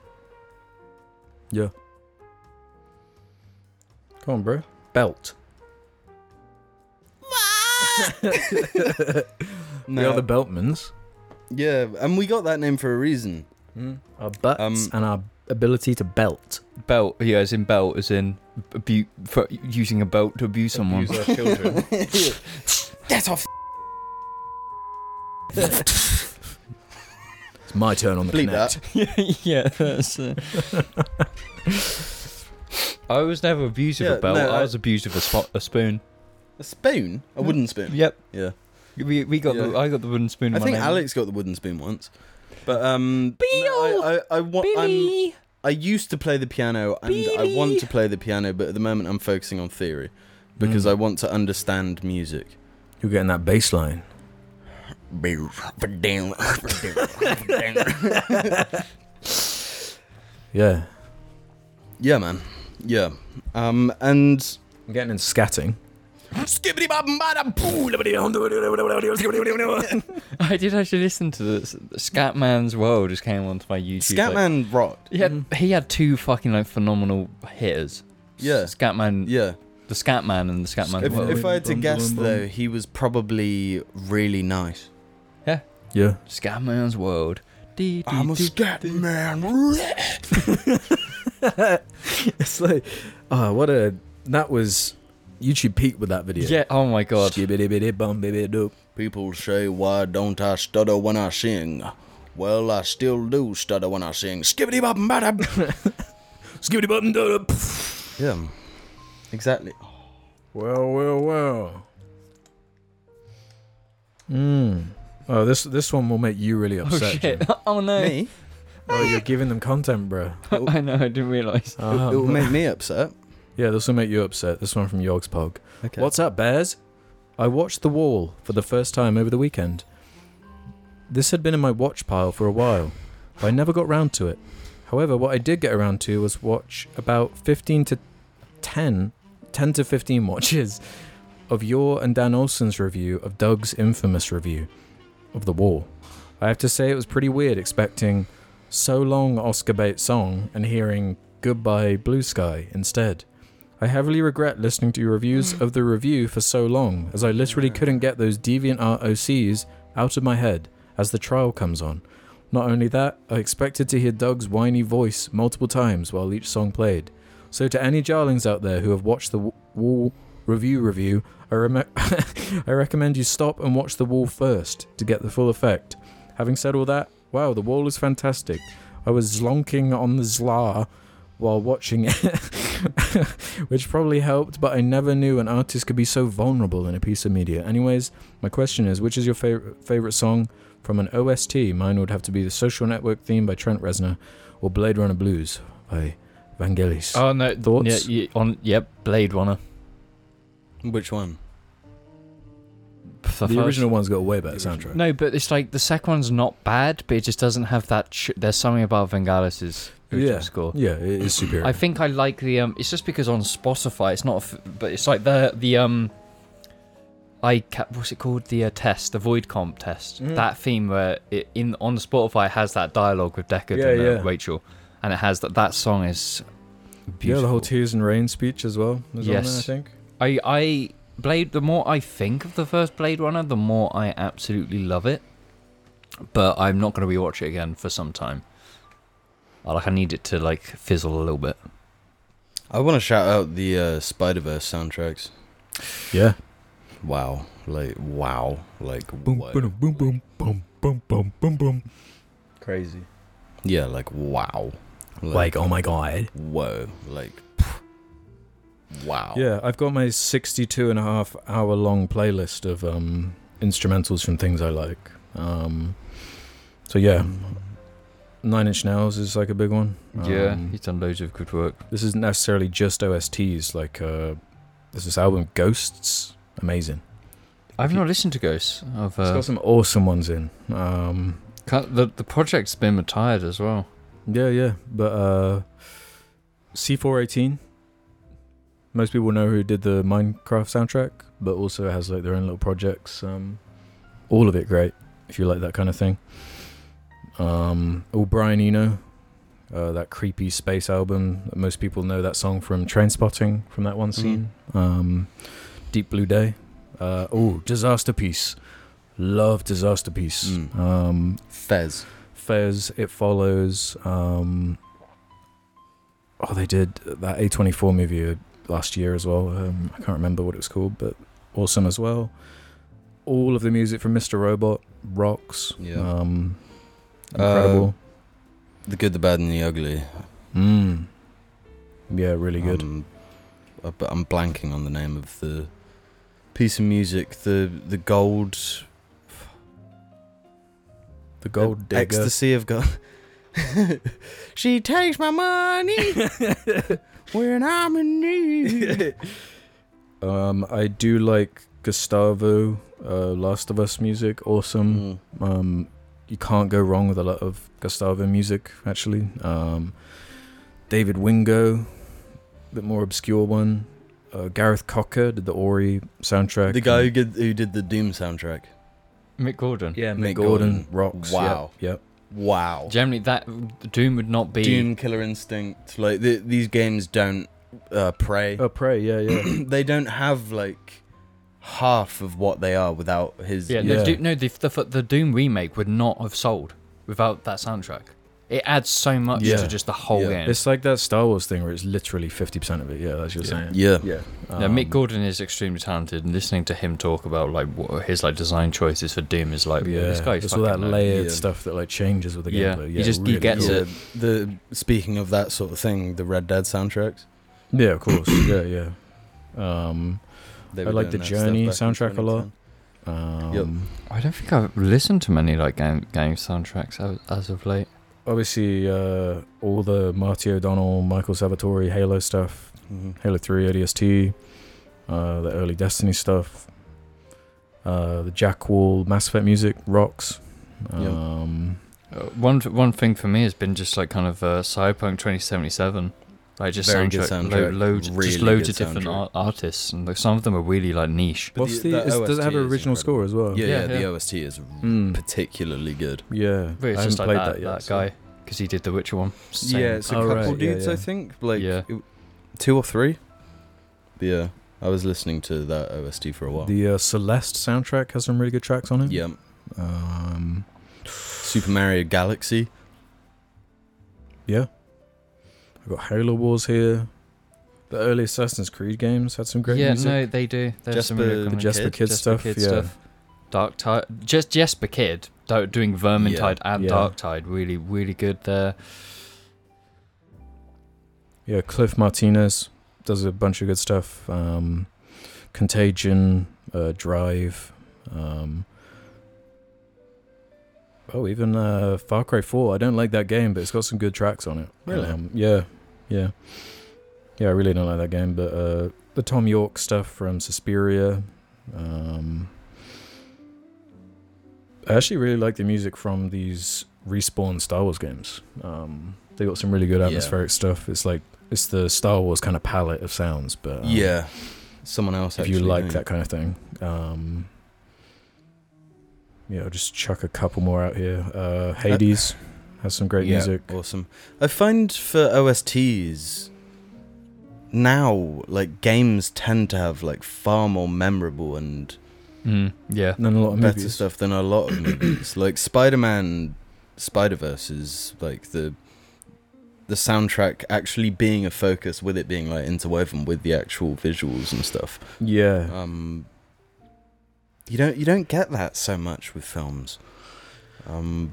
Yeah. Come on, bro. Belt.
No.
We are the Beltmans.
yeah, and we got that name for a reason.
Our butts
Um,
and our ability to belt.
belt. Yeah, as in belt, as in abu- for using a belt to abuse someone.
Abuse our children.
Get off.
It's my turn on the
Bleep
connect.
yeah, that's. Uh... I was never abused of
Yeah,
a belt.
no,
I
I-
was abused of a, spo- a spoon.
A spoon? A wooden spoon?
Yep.
Yeah.
We, we got the,
Yeah.
I got the wooden spoon. in
I
my
think
name.
Alex got the wooden spoon once. But um no, I, I, I, wa- I'm,
Billy.
I used to play the piano and I want to play the piano, but at the moment I'm focusing on theory because I want to understand music.
You're getting that bass line. Yeah.
yeah, man. Yeah. Um and
I'm getting in scatting.
I did actually listen to this. Scatman's World just came onto my YouTube. Like,
Scatman Mm. rocked.
he, had, he had two fucking like phenomenal hitters.
Yeah.
Scatman,
Yeah.
the Scatman, and the Scatman's
If,
World.
if I had to
Bum,
guess
bum, bum.
though, he was probably really nice.
Yeah.
Scatman's World. Dee, dee,
I'm a
dee.
Scatman.
It's like, oh, what a. That was YouTube peak with that video.
Yeah. Oh my god.
Skibbidi-bidi-bum-bidi-doop.
People say, why don't I stutter when I sing? Well, I still do stutter when I sing. Skibbity bop bada.
Skibbidi-bum-da-doop.
Yeah, exactly.
Well, well, well. Mm. Oh, this this one will make you really
Oh
upset.
shit.
Jim.
oh no.
Me?
Oh, you're giving them content, Um, bro.
I know. I didn't realize.
It will make me upset.
Yeah, this will make you upset. This one from Yorks Pog.
Okay.
What's up, Bears? I watched The Wall for the first time over the weekend. This had been in my watch pile for a while, but I never got round to it. However, what I did get around to was watch about 15 to 10 10 to 15 watches of your and Dan Olsen's review of Doug's infamous review of The Wall. I have to say, it was pretty weird expecting so long Oscar bait song and hearing Goodbye Blue Sky instead. I heavily regret listening to your reviews of the review for so long, as I literally couldn't get those deviant ROCs out of my head as the trial comes on. Not only that, I expected to hear Doug's whiny voice multiple times while each song played. So to any jarlings out there who have watched the w- Wall review review, I, rem- I recommend you stop and watch the Wall first to get the full effect. Having said all that, wow, the Wall is fantastic. I was zlonking on the zla while watching it, which probably helped, but I never knew an artist could be so vulnerable in a piece of media. Anyways, my question is, which is your favorite favorite song from an OST? Mine would have to be the Social Network theme by Trent Reznor, or Blade Runner Blues by Vangelis.
Oh no,
Thoughts?
Yeah, yeah, on yep, Blade Runner.
Which one?
The,
the
first-
original one's got a way better soundtrack.
No, but it's like the second one's not bad, but it just doesn't have that. Ch- There's something about Vangelis's original
Yeah.
score.
Yeah, it is superior.
I think I like the um. It's just because on Spotify, it's not. A f- but it's like the the um. I ca- what's it called? The uh, test, the void comp test.
Mhm.
That theme where it, in on Spotify it has that dialogue with Deckard
Yeah,
and uh,
yeah.
Rachel, and it has that. That song is beautiful.
Yeah, the whole Tears and Rain speech as well. Was
Yes.
on there, I think.
I I Blade. The more I think of the first Blade Runner, the more I absolutely love it. But I'm not going to rewatch it again for some time. I, like I need it to like fizzle a little bit.
I want to shout out the uh, Spider Verse soundtracks.
Yeah.
Wow, like wow, like
Boom,
what?
boom, boom, boom, boom, boom, boom, boom, boom.
crazy. Yeah, like wow,
Like, oh my god.
whoa, like pff, wow.
Yeah, I've got my 62 and a half hour long playlist of um, instrumentals from things I like. Um, so, yeah,
Mm.
Nine Inch Nails is like a big one. Um,
he's done loads of good work.
this isn't necessarily just OSTs, like, uh, there's this album, Ghosts. Amazing.
I've not listened to Ghosts. Of
it's
uh,
got some awesome ones in. Um,
cut- the the project's been retired as well.
Yeah, yeah. But uh C418 most people know who did the Minecraft soundtrack, but also has like their own little projects. Um all of it great if you like that kind of thing. Um oh Brian Eno uh, that creepy space album. Most people know that song from Train Spotting from that
Mm-hmm.
one scene. Um, Deep Blue Day. Uh, oh, Disaster Piece. Love Disaster Piece.
Mm.
Um,
Fez.
Fez, It Follows. Um, oh, they did that A24 movie last year as well. Um, I can't remember what it was called, but awesome as well. All of the music from Mr. Robot rocks.
Yeah. Uh,
Um, incredible.
The good, the bad, and the ugly.
mm. Yeah, really good.
Um, uh, but I'm blanking on the name of the piece of music. The the gold. uh,
the Gold Digger.
Ecstasy of God. she takes my money when I'm in need.
Um, I do like Gustavo, uh, Last of Us music. Awesome.
Mm.
Um, you can't go wrong with a lot of Gustavo music, actually. Um, David Wingo, the more obscure one. Uh, Gareth Cocker did the Ori soundtrack.
The guy who did, who did the Doom soundtrack.
Mick Gordon.
yeah, Mick
Mick
Gordon,
Gordon.
rocks.
Wow.
Yep.
Wow.
Generally, that Doom would not be.
Doom, Killer Instinct. Like th- these games don't uh, prey.
yep. Oh, Prey. Yeah, yeah.
they don't have like half of what they are without his.
Yeah,
Yeah.
The, Do- no, the, the f- the Doom remake would not have sold without that soundtrack. It adds so much
Yeah.
to just the whole
Yeah.
game.
it's like that Star Wars thing where it's literally fifty percent of it. Yeah, that's what you're saying.
Yeah.
Yeah.
Now, Mick
Um,
Gordon is extremely talented, and listening to him talk about like what his like design choices for Doom is like, yeah,
Yeah,
this guy's
it's all that
fucking, like-
layered
yeah.
stuff that like changes with the
Yeah,
gameplay.
he
Yeah,
just- he
really
gets
cool.
it.
Yeah, the speaking of that sort of thing, the Red Dead soundtracks.
Yeah, of course. yeah, yeah. Um,
They
I
were doing
like the
that stuff
Journey
back in
soundtrack a lot.
2010.
um,
I don't think I've listened to many like game game soundtracks as, as of late.
Obviously, uh, all the Marty O'Donnell, Michael Salvatore, Halo stuff,
Mhm.
Halo 3, ODST, uh, the early Destiny stuff, uh, the Jack Wall, Mass Effect music, rocks.
Yep.
Um,
Uh, one one thing for me has been just like kind of uh, Cyberpunk 2077. Like just
Very good
soundtrack,
soundtrack.
Lo- loads,
Really
just loads
good
of different
soundtrack.
ar- artists, and like, some of them are really like niche.
But
What's
the-
the,
that
is- does it have
OST
an
is
original score as well?
Yeah,
Yeah,
yeah,
yeah.
the OST is
Mm.
particularly good.
Yeah.
But it's
I
just like
haven't played
that,
yet,
that
so-
guy because he did the Witcher one. Same
Yeah, it's a
Oh,
couple
right, yeah,
dudes, I
yeah.
think. Like
Yeah.
it- two or three. But yeah, I was listening to that OST for a while.
The uh, Celeste soundtrack has some really good tracks on it.
yeah,
Um,
Super Mario Galaxy.
I've got Halo Wars here. The early Assassin's Creed games had some great
yeah,
music.
no, they do. They have some
Jesper-
really good
the
ones.
Jesper
Kid,
Kid stuff.
Kid
yeah.
Dark Tide, just Jesper Kid do- doing Vermintide and
yeah.
Dark Tide, really, really good there.
Yeah, Cliff Martinez does a bunch of good stuff. Um, Contagion, uh, Drive. Um, oh, even uh, Far Cry 4. I don't like that game, but it's got some good tracks on it.
Really?
Um, yeah, yeah. Yeah, I really don't like that game, but uh, the Tom York stuff from Suspiria. Um, I actually really like the music from these respawn Star Wars games. Um, they got some really good
Yeah.
atmospheric stuff. It's like it's the Star Wars kind of palette of sounds, but um,
yeah, someone else.
if you
actually
like
doing
that kind of thing, um, yeah, I'll just chuck a couple more out here. Uh, Hades has some great
Yeah,
music.
Awesome. I find for OSTs now, like games tend to have like far more memorable and
Mm, yeah,
And then a lot of
better
movies.
stuff than a lot of movies. like Spider Man, Spider Verse is like the the soundtrack actually being a focus with it being like interwoven with the actual visuals and stuff.
Yeah,
Um, you don't you don't get that so much with films. Um,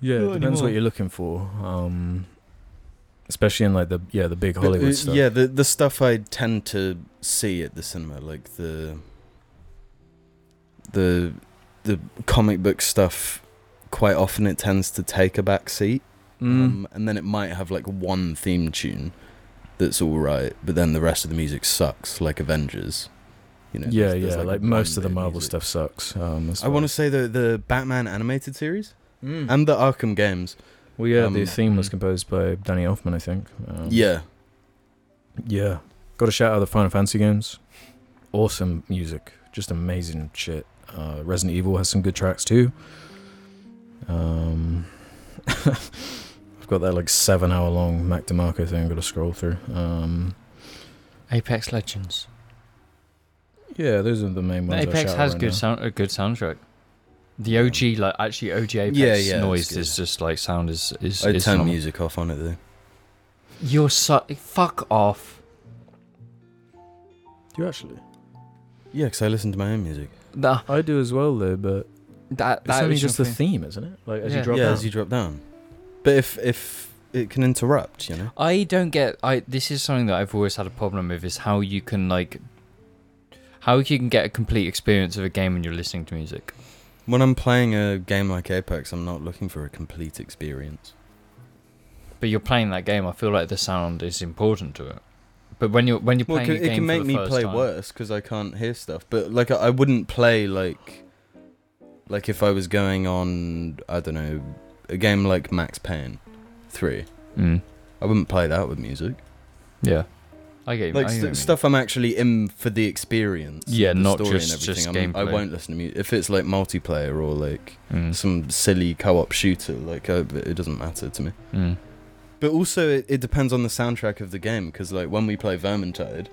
yeah.
Not
Depends
anymore.
what you're looking for. Um, especially in like the yeah the big
The-
Hollywood
uh,
stuff.
Yeah, the the stuff I tend to see at the cinema, like the the the comic book stuff. Quite often, it tends to take a back seat,
Mm.
um, and then it might have like one theme tune that's all right, but then the rest of the music sucks, like Avengers. You know,
yeah,
there's- there's,
yeah. Like,
one
most of
bit
the Marvel
music.
stuff sucks. Um,
I want to say the the Batman animated series
Mm.
and the Arkham games.
well, yeah,
um,
the theme was composed by Danny Elfman, I think. Um,
Yeah,
Yeah. Got to shout out the Final Fantasy games. Awesome music. Just amazing shit. Uh, Resident Evil has some good tracks too. Um, I've got that like seven hour long Mac DeMarco thing I've got to scroll through. Um,
Apex Legends.
yeah, those are the main ones. I
Apex
shout out
has
right
good
now.
sound, a good soundtrack. The OG, like actually OG Apex
Yeah, yeah, it's
noise
good.
is just like sound is is.
I
is
turn
phenomenal.
music off on it though.
You're so fuck off.
Do you actually?
Yeah, because I listen to my own music.
Nah,
I do as well though, but
that
it's
that
only
original
just the
thing.
theme, isn't it? Like as
Yeah.
you drop
yeah,
down.
as you drop down. But if if it can interrupt, you know.
I don't get. I this is something that I've always had a problem with is how you can like, how you can get a complete experience of a game when you're listening to music.
When I'm playing a game like Apex, I'm not looking for a complete experience.
But you're playing that game. I feel like the sound is important to it. But when you're when you're
Well, it
playing
can,
a game
it can make
for the
me
first
play
time,
worse because I can't hear stuff. But like, I, I wouldn't play like, like if I was going on, I don't know, a game like Max Payne, three.
Mm,
I wouldn't play that with music.
yeah, I get you- I
Like
get what you
st-
mean.
stuff I'm actually in for the experience.
Yeah,
the
not
story and
just- just
everything, I'm- I
gameplay.
won't listen to music if it's like multiplayer or like
Mm,
some silly co-op shooter. Like uh, it doesn't matter to me.
mm.
But also, it, it depends on the soundtrack of the game because, like, when we play Vermintide,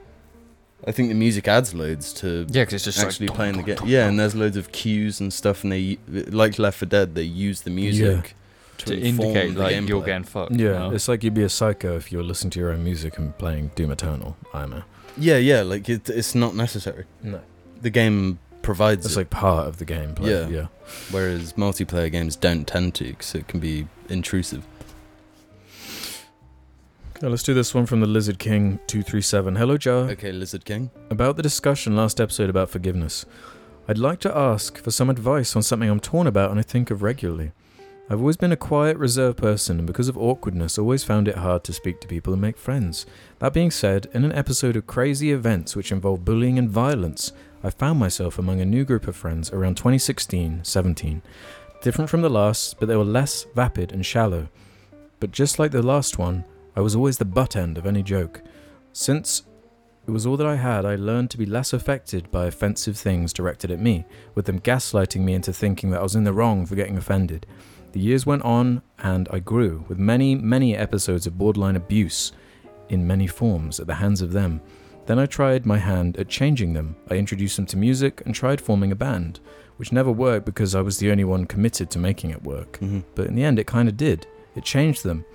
I think the music adds loads to
Yeah, because it's just
actually
like,
playing the game. Yeah, and there's loads of cues and stuff, and they like Left 4 Dead, they use the music to,
to
inform
indicate
the
like you're
gameplay.
getting fucked. you
yeah,
know?
it's like you'd be a psycho if you were listening to your own music and playing Doom Eternal. I'm a
Yeah, yeah, like it, it's not necessary.
no.
The game provides
That's
it,
like part of the gameplay.
Yeah.
yeah.
whereas multiplayer games don't tend to because it can be intrusive.
Yeah, let's do this one from the Lizard King 237. Hello, Jar.
Okay, Lizard King.
About the discussion last episode about forgiveness, I'd like to ask for some advice on something I'm torn about and I think of regularly. I've always been a quiet, reserved person, and because of awkwardness, always found it hard to speak to people and make friends. That being said, in an episode of Crazy Events, which involved bullying and violence, I found myself among a new group of friends around 2016 17. Different from the last, but they were less vapid and shallow. But just like the last one, I was always the butt end of any joke. Since it was all that I had, I learned to be less affected by offensive things directed at me, with them gaslighting me into thinking that I was in the wrong for getting offended. The years went on, and I grew, with many, many episodes of borderline abuse in many forms at the hands of them. Then I tried my hand at changing them. I introduced them to music and tried forming a band, which never worked because I was the only one committed to making it work
Mm-hmm.
but in the end it kind of did. It changed them.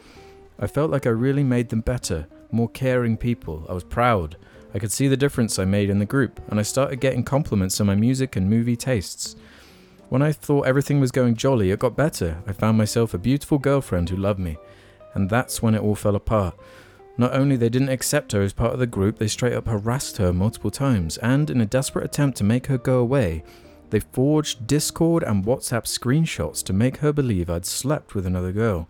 I felt like I really made them better, more caring people. I was proud. I could see the difference I made in the group, and I started getting compliments on my music and movie tastes. When I thought everything was going jolly, it got better. I found myself a beautiful girlfriend who loved me, and that's when it all fell apart. Not only they didn't accept her as part of the group, they straight up harassed her multiple times, and in a desperate attempt to make her go away, they forged Discord and WhatsApp screenshots to make her believe I'd slept with another girl.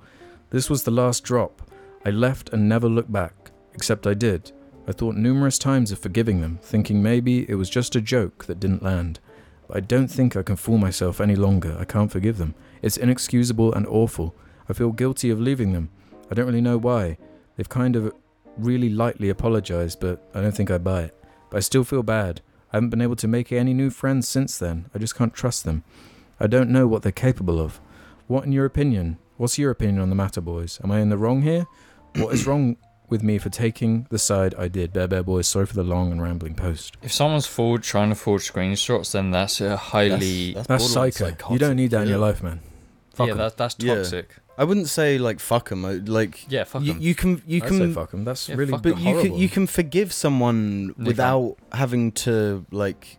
This was the last drop. I left and never looked back, except I did. I thought numerous times of forgiving them, thinking maybe it was just a joke that didn't land. But I don't think I can fool myself any longer. I can't forgive them. It's inexcusable and awful. I feel guilty of leaving them. I don't really know why. They've kind of really lightly apologized, but I don't think I buy it. But I still feel bad. I haven't been able to make any new friends since then. I just can't trust them. I don't know what they're capable of. What, in your opinion? What's your opinion on the matter, boys? Am I in the wrong here? What is wrong with me for taking the side I did? Bear Bear Boys, sorry for the long and rambling post.
If someone's forward trying to forge screenshots, then that's a highly
That's
borderline
psycho. You
psychotic,
don't need that in
yeah.
your life, man. Fuck
yeah.
'em.
That, that's
Yeah.
toxic.
I wouldn't say like fuck them. Like
Yeah, fuck
you,
'em.
you can you
I'd
can
say fuck 'em. That's
Yeah,
really
fuck 'em.
But you can
horrible.
you can forgive someone
No, you
without having to like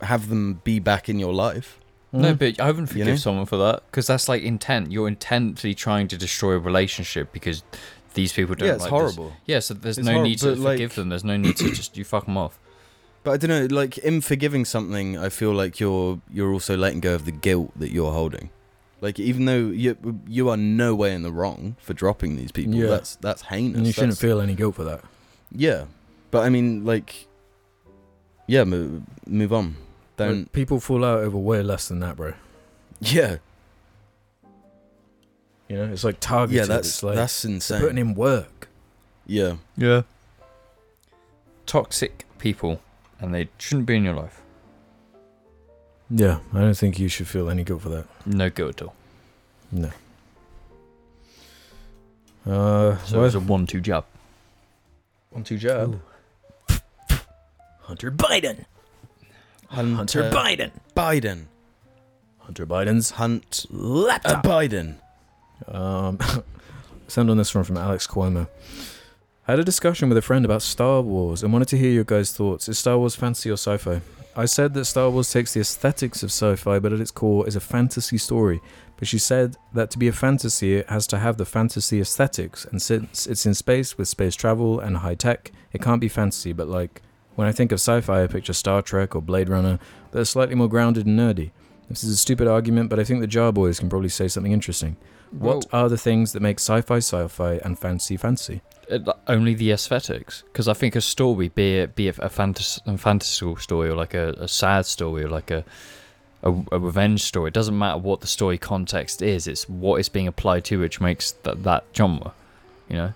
have them be back in your life.
Mm,
No, but I wouldn't
mm-hmm. You
forgive
know?
someone for that because that's like intent. You're intently trying to destroy a relationship because these people don't.
Yeah, it's
like this.
horrible.
Yeah, so there's
It's
no
horrible,
need to
but, like-
forgive them. There's no need to just you fuck them off.
But I don't know, like in forgiving something, I feel like you're you're also letting go of the guilt that you're holding. Like even though you you are no way in the wrong for dropping these people,
Yeah.
that's that's heinous.
and you shouldn't
that's-
feel any guilt for that.
Yeah, but I mean, like, yeah, move, move on. Don't.
Like, people fall out over way less than that, bro.
Yeah,
You know, it's like targeted.
yeah, that's
it's like
that's
they're
insane.
putting in work.
yeah,
Yeah. Toxic people, and they shouldn't be in your life.
Yeah, I don't think you should feel any guilt for that.
No guilt at all.
No. Uh,
So it's a one-two jab.
two jab.
Hunter Biden. Hunter
Hunter
Biden.
Biden.
Hunter Biden's.
Hunt a
Laptop.
Biden.
Um, send on this one from Alex Cuomo. I had a discussion with a friend about Star Wars and wanted to hear your guys' thoughts. Is Star Wars fantasy or sci fi? I said that Star Wars takes the aesthetics of sci fi, but at its core is a fantasy story. But she said that to be a fantasy, it has to have the fantasy aesthetics, and since it's in space with space travel and high tech, it can't be fantasy. But like, when I think of sci fi, I picture Star Trek or Blade Runner that are slightly more grounded and nerdy. This is a stupid argument, but I think the Jar Boys can probably say something interesting. What are the things that make sci-fi sci-fi and fantasy fantasy?
it- Uh, only the aesthetics because I think a story be it be it a fantas- a fantastical story or like a, a sad story or like a, a a revenge story it doesn't matter what the story context is it's what is being applied to which makes that that genre you know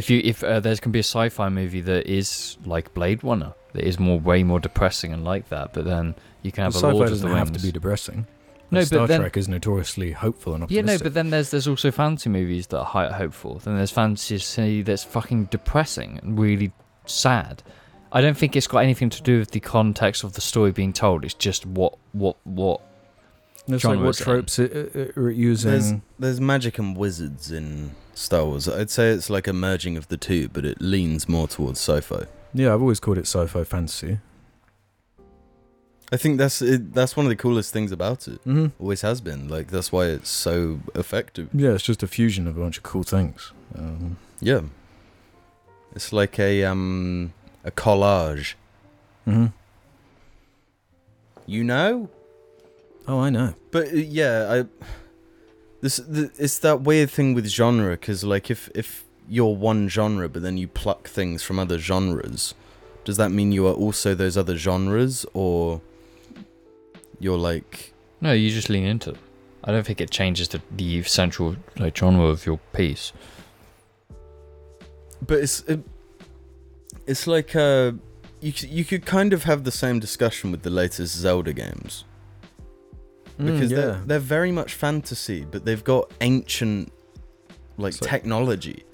if you if uh, there's can be a sci-fi movie that is like Blade Runner that is more way more depressing and like that but then you can have
Well,
a
sci-fi
Lord of
doesn't
the
have to
Rings.
be depressing.
No,
Like,
but
Star
then-
Trek is notoriously hopeful and
yeah,
optimistic.
no, but then there's there's also fantasy movies that are high hopeful. Then there's fantasy that's fucking depressing and really sad. I don't think it's got anything to do with the context of the story being told. It's just what what what.
It's like
genres
what
then.
tropes it, it, are it using?
There's there's magic and wizards in Star Wars. I'd say it's like a merging of the two, but it leans more towards sci-fi.
Yeah, I've always called it sci-fi fantasy.
I think that's it, that's one of the coolest things about it.
Mm-hmm.
Always has been. Like that's why it's so effective.
Yeah, it's just a fusion of a bunch of cool things. Um,
Yeah. It's like a um a collage.
mhm.
You know?
Oh, I know.
But uh, yeah, I this th it's that weird thing with genre cuz like if if you're one genre but then you pluck things from other genres, does that mean you are also those other genres or you're like
No, you just lean into. It. I don't think it changes the the central like genre of your piece.
but it's it, it's like uh, you c- you could kind of have the same discussion with the latest Zelda games
Mm,
because they're they're very much fantasy, but they've got ancient like
It's like-
technology.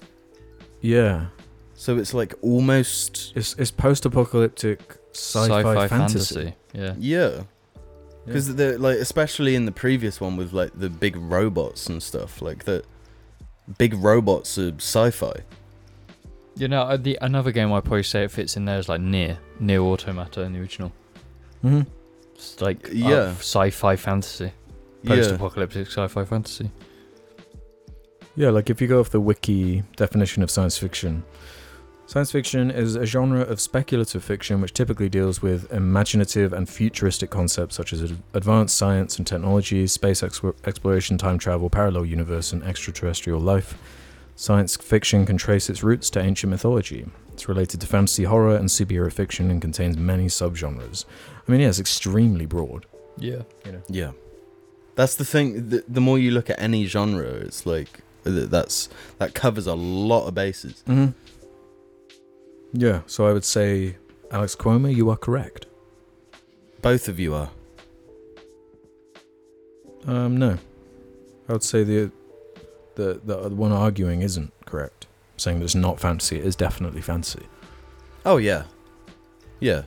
yeah,
So it's like almost
it's it's post-apocalyptic sci-fi, fantasy.
Yeah.
yeah,
Yeah.
because they're like especially in the previous one with like the big robots and stuff like that. Big robots are sci-fi.
You know, uh, the another game I probably say it fits in there is like near near Automata in the original.
Mhm.
It's like uh,
Yeah.
sci-fi fantasy,
Yeah.
post-apocalyptic sci-fi fantasy.
Yeah, like if you go off the wiki definition of science fiction, science fiction is a genre of speculative fiction which typically deals with imaginative and futuristic concepts such as ad- advanced science and technology, space ex- exploration, time travel, parallel universe, and extraterrestrial life. Science fiction can trace its roots to ancient mythology. It's related to fantasy, horror, and superhero fiction and contains many subgenres. I mean, yeah, it's extremely broad.
Yeah.
Yeah, that's the thing. The, the more you look at any genre, it's like th- that's that covers a lot of bases.
Mm-hmm. Yeah, so I would say, Alex Cuomo, you are correct.
Both of you are.
Um, no, I would say the the the one arguing isn't correct. Saying that it's not fantasy, it is definitely fantasy,
Oh yeah, yeah,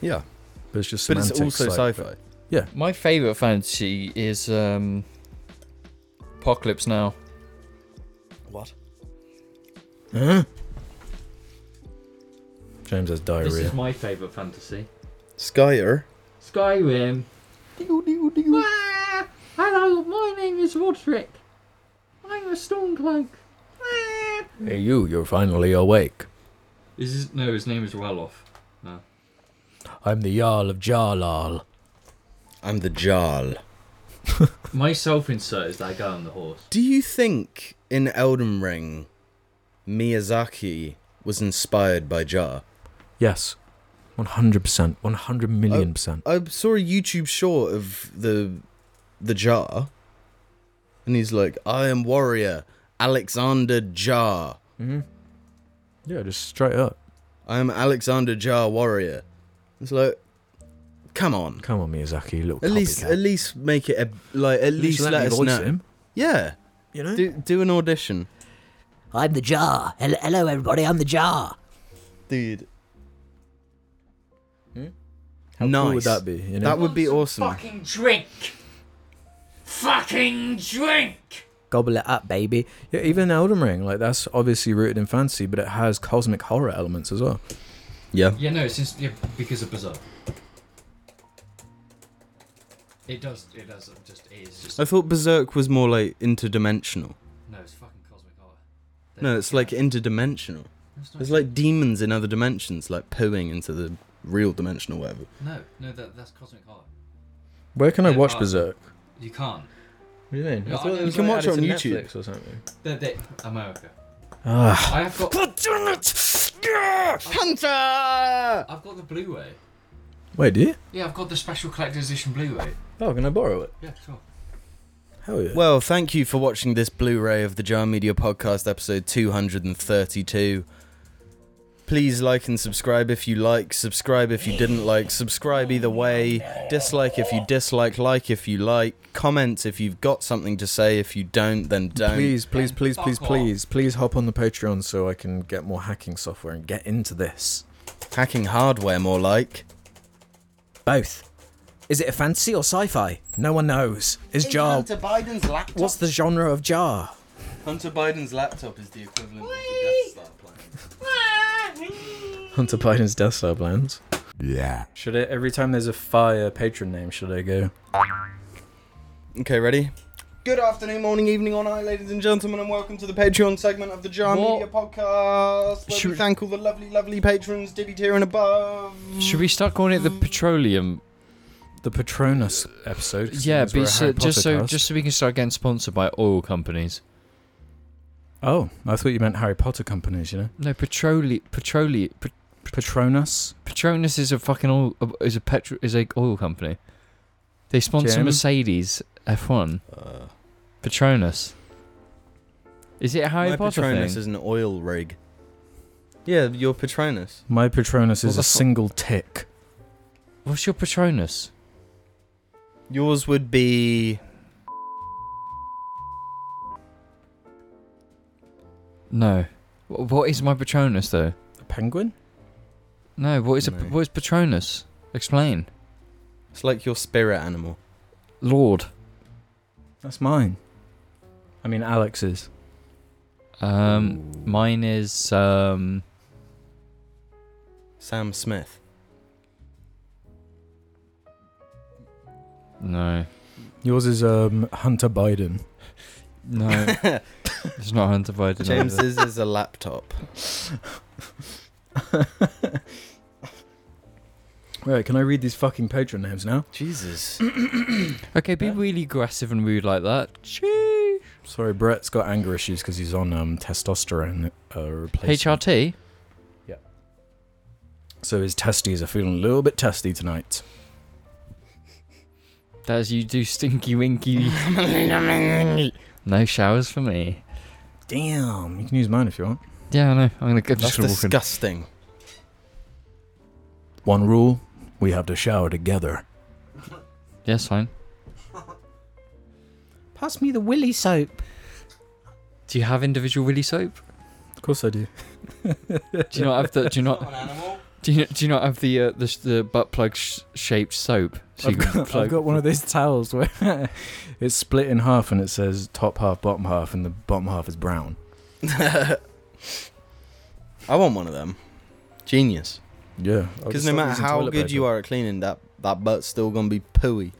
yeah.
but it's just
But it's
semantics.
also
like-
sci-fi.
My favorite fantasy is um, Apocalypse Now.
What?
Huh? James has
This is
diarrhea.
my favorite fantasy.
Skyer.
Skyrim. Hello, my name is Roderick. I'm a Stormcloak.
Hey, you! You're finally awake.
Is his, no, his name is Uh, Walof. No.
I'm the Jarl of Jarlal.
I'm the Jarl.
My self-insert is that guy on the horse.
Do you think in Elden Ring, Miyazaki was inspired by Jar?
Yes, one hundred percent, one hundred
Oh.
million percent.
I saw a YouTube short of the the Jar, and he's like, "I am warrior Alexander Jar."
Yeah, just straight up.
I'm Alexander Jar Warrior. It's like, come on.
Come on, Miyazaki, you little
At least,
copycat.
at least make it a like. At least let,
me
us
voice
know.
him,
Yeah,
You know.
do do an audition,
I'm the jar. Hel- Hello, everybody. I'm the jar.
dude.
How
nice.
cool would that be? You know?
That would be awesome.
Fucking drink. Fucking drink.
Gobble it up, baby.
Yeah, even Elden Ring, like that's obviously rooted in fantasy, but it has cosmic horror elements as well.
Yeah.
Yeah, no, it's just, yeah, because of Bizarre. It does, it does, it just is. Just,
I thought Berserk was more like interdimensional.
no, it's fucking cosmic horror.
No, it's like interdimensional. It's like demons in other dimensions, like pooing into the real dimension or whatever.
No, no, that, that's cosmic horror.
Where can I
Yeah,
watch
uh,
Berserk?
You can't.
What do you mean?
I thought it was
You can like watch it added on to YouTube.
Netflix or something.
They're, they America.
Ah,
I have got,
Hunter!
I've got the Blu-ray.
wait, do you?
Yeah, I've got the special collector's edition Blu-ray.
Oh, can I borrow it?
Yeah, sure.
Hell yeah.
Well, thank you for watching this Blu-ray of the Jar Media Podcast, episode 232. Please like and subscribe if you like, subscribe if you didn't like, subscribe either way, dislike if you dislike, like if you like, comment if you've got something to say, if you don't, then don't.
please, please, please,
Um, Fuck
please,
off.
please, please hop on the Patreon so I can get more hacking software and get into this.
Hacking hardware, more like.
Both. Is it a fantasy or sci-fi? No one knows. Is jar?
Biden's laptop.
What's the genre of jar?
Hunter Biden's laptop is the equivalent of the Death Star plane.
Hunter Biden's Death Star plans. Yeah. Should I, every time there's a fire patron name, should I go?
Okay, ready? Good afternoon, morning, evening, on eye, ladies and gentlemen, and welcome to the Patreon segment of the Jar Media Podcast, where we
Should-
thank all the lovely, lovely patrons, Dibby tier and above.
Should we start calling it the petroleum?
The Patronus episode. 'cause
Yeah,
since we're a
but so,
Harry
just
Potter
so
cast.
just so we can start getting sponsored by oil companies.
Oh, I thought you meant Harry Potter companies. You know,
No, petroleum, petroleum, pet-
Patronus.
Petronas is a fucking oil uh, is a petro is a oil company. They sponsor
Jim?
Mercedes F1.
Uh,
Petronas. Is it a Harry
my
Potter
Patronus
thing?
is an oil rig. Yeah, your Patronus.
My Patronus
What
is
the
a
fu-
single tick.
What's your Patronus?
Yours would be.
No. Wh- What is my Patronus though?
A penguin?
No. What is a
No.
what is Patronus? Explain.
It's like your spirit animal.
Lord.
That's mine. I mean, Alex's.
Um, mine is um.
Sam Smith.
No.
Yours is um Hunter Biden.
No. it's not Hunter Biden. either.
James's is a laptop.
Right, can I read these fucking patron names now?
Jesus.
Okay, be really aggressive and rude like that. Gee.
Sorry, Brett's got anger issues because he's on um testosterone uh, replacement.
HRT.
So his testes are feeling a little bit testy tonight.
That's you do stinky winky. no showers for me.
Damn, you can use mine if you want.
Yeah, I know. I'm gonna go
That's
just gonna walk in.
disgusting.
One rule: we have to shower together.
Yes, fine.
Pass me the willy soap.
Do you have individual willy soap?
Of course I do.
Do you not have the? Do you not? Do you, do you not have the uh, the, the butt plug sh- shaped soap? So
I've,
you can
got,
plug-
I've got one of those towels where it's split in half and it says top half, bottom half, and the bottom half is brown.
I want one of them. Genius.
Yeah.
Because no matter how good you are at cleaning, that, that butt's still going to be pooey.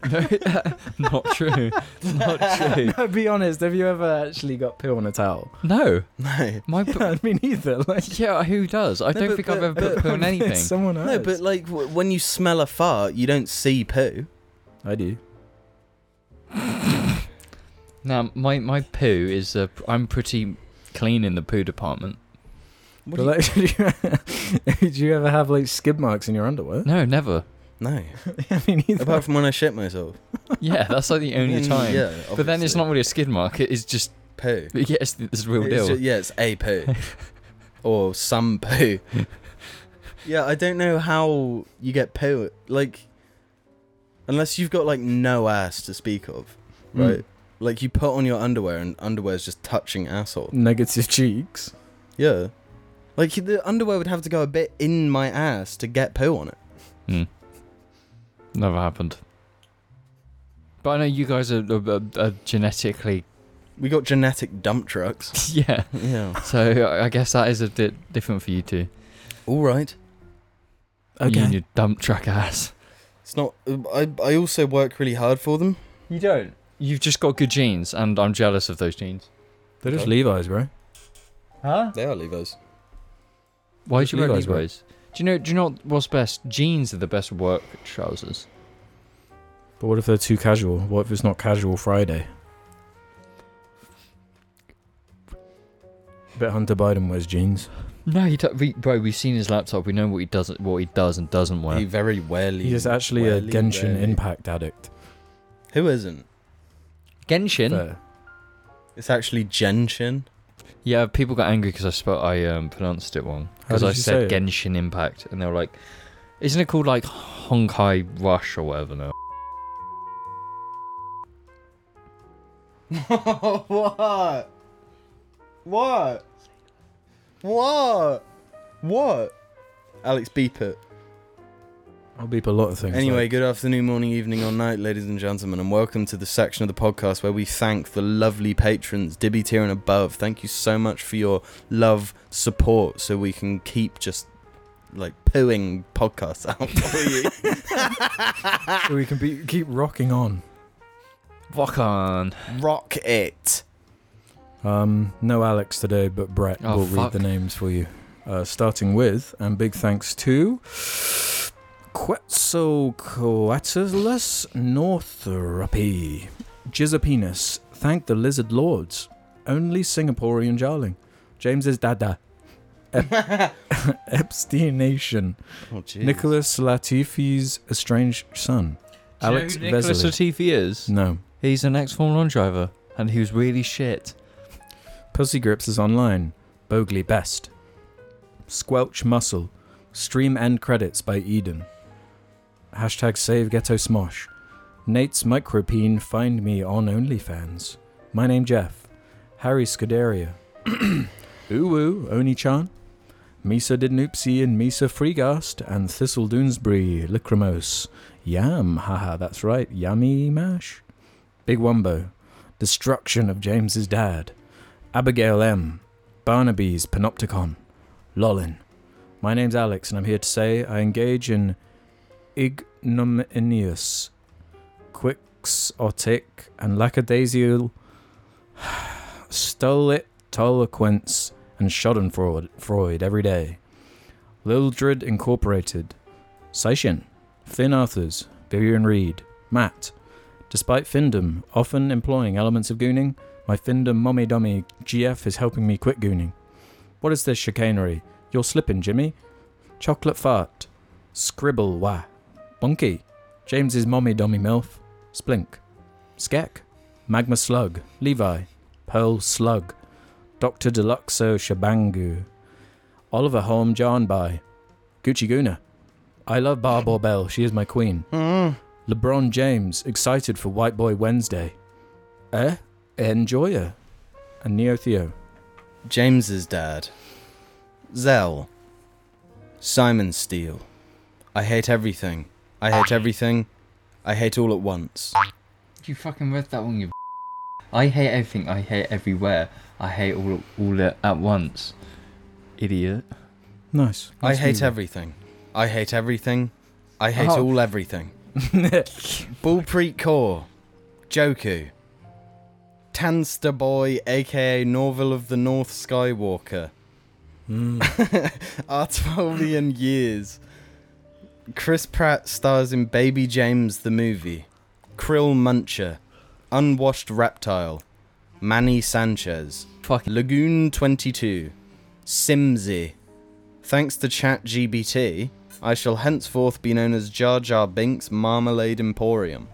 not true. Not true.
No, be honest. Have you ever actually got poo on a towel?
No,
No.
my.
I mean, either. Like,
Yeah, who does? I
No,
don't
but-
think
but-
I've ever put
but-
poo on anything.
Someone else.
No, but like w- when you smell a fart, you don't see poo.
I do.
Now, my my poo is uh, pr- I'm pretty clean in the poo department.
What
But
do you-
like, did you, did you ever have like skid marks in your underwear?
No, never.
No.
I mean, either.
Apart from when I shit myself.
Yeah, that's like the only
Mm,
time.
Yeah.
but then it's
obviously.
not really a skid mark. It is just
poo.
yeah, it's th- this real
It's
deal.
ju- yeah, it's a poo. or some poo. yeah, I don't know how you get poo. Like, unless you've got, like, no ass to speak of,
Hmm.
Mm.
right? Like, you put on your underwear and underwear's just touching asshole.
Negative cheeks.
Yeah. Like, the underwear would have to go a bit in my ass to get poo on it.
Never happened. But I know you guys are, are, are genetically
We got genetic dump trucks.
yeah.
yeah.
So I- I guess that is a bit different for you two.
All right.
You and your dump truck ass.
It's not. I, I also work really hard for them.
You don't. You've just got good genes, and I'm jealous of those genes.
They're just Levi's, bro.
Huh?
They are Levos.
Why
Just
do you wear
Levi's, bro.
Levi's? Do you know? Do you know what's best? Jeans are the best work trousers.
But what if they're too casual? What if it's not casual Friday? Bet Hunter Biden wears jeans.
No, he do- we, bro. We've seen his laptop. We know what he doesn't, what he does and doesn't wear.
He very rarely.
He is actually a
rarely,
Genshin
rarely-
Impact addict.
Who isn't?
Genshin.
Fair.
It's actually Genshin.
Yeah, people got angry because I spoke, I um, pronounced it wrong
How
because
did
I
you
said
say it?
Genshin Impact, and they were like, "Isn't it called like Honkai Rush or whatever?" No.
what? What? What? What? Alex, beep it.
I'll beep a lot of things.
Anyway,
like-
good afternoon, morning, evening, or night, ladies and gentlemen, and welcome to the section of the podcast where we thank the lovely patrons, Dibby tier and above. Thank you so much for your love, support, so we can keep just like pooing podcasts out for you.
so we can be, keep rocking on.
Rock on.
Rock it.
Um, no Alex today, but Brett
Oh,
will
fuck.
read the names for you. Uh, starting with, and big thanks to Quetzalcoatlus Northrapi. Gizapenis, thank the Lizard Lords. Only Singaporean Jarling. James's Dada. Ep- Epstein Nation.
Oh, jeez.
Nicholas Latifi's estranged son. Alex
Do you know who Nicholas
Vesely.
Latifi is?
No.
He's an ex Formula One driver, and he was really shit.
Pussy Grips is online. Bogley Best. Squelch Muscle, Stream End Credits by Eden. Hashtag Save Ghetto Smosh. Nate's Micropeen, Find Me on OnlyFans. My name Jeff. Harry Scuderia. Uwu, Oni Chan. Misa Didnoopsie and Misa Freegast and Thistle Doonesbury, Licrimose. Yam, haha, that's right, Yummy Mash. Big Wumbo. Destruction of James's Dad. Abigail M. Barnaby's Panopticon. Lollin. My name's Alex, and I'm here to say I engage in ignominious, quixotic, and lackadaisical stolitoloquence and schadenfreude Freud every day. Lildred Incorporated. Seishin. Finn Arthurs. Vivian Reed. Matt. Despite Findom often employing elements of gooning, my Findom mommy dummy GF is helping me quit gooning. What is this chicanery? You're slipping, Jimmy. Chocolate fart. Scribble wah. Bunky. James's mommy dummy milf. Splink. Skek. Magma slug. Levi. Pearl slug. Dr. Deluxo Shabangu. Oliver Holm Jarnby. Gucci Guna. I love Barbara Bell. She is my queen. LeBron James, excited for White Boy Wednesday. Eh? Enjoyer. And Neo Theo.
James's dad. Zell. Simon Steele. I hate everything. I hate everything. I hate all at once.
You fucking read that one, you. I hate everything. I hate everywhere. I hate all all at, at once. Idiot.
Nice.
I hate everything. I hate everything. I hate
Oh.
all everything. Bullpreet Core. Joku. Tanster Boy, aka Norville of the North Skywalker. Artolian Years. Chris Pratt stars in Baby James the movie. Krill Muncher. Unwashed Reptile. Manny Sanchez.
Fucking.
Lagoon 22. Simsy. Thanks to ChatGBT, I shall henceforth be known as Jar Jar Binks Marmalade Emporium.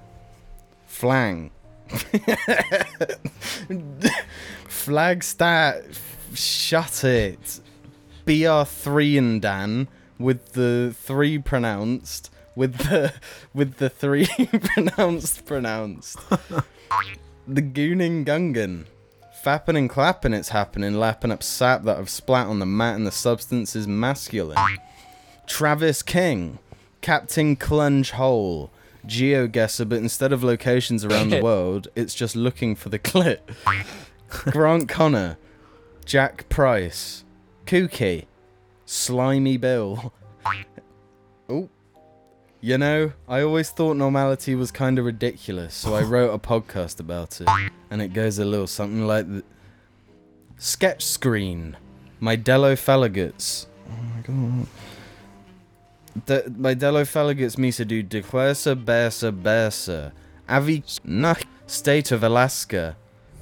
Flang. Flagstat. Shut it. BR3 and Dan with the three pronounced with the with the three pronounced pronounced. the Gooning Gungan. Fapping and clapping, it's happening, lapping up sap that I've splat on the mat, and the substance is masculine. Travis King, Captain Clunge Hole, GeoGuessr, but instead of locations around the world, it's just looking for the clit. Grant Connor, Jack Price, Kooky, Slimy Bill. Oh. You know, I always thought normality was kind of ridiculous, so I wrote a podcast about it and it goes a little something like the sketch screen. My Delophalagates. Oh my god. De- my Delophalagates Misa do Declarsa Bersa Bersa. Avi Nuck. State of Alaska.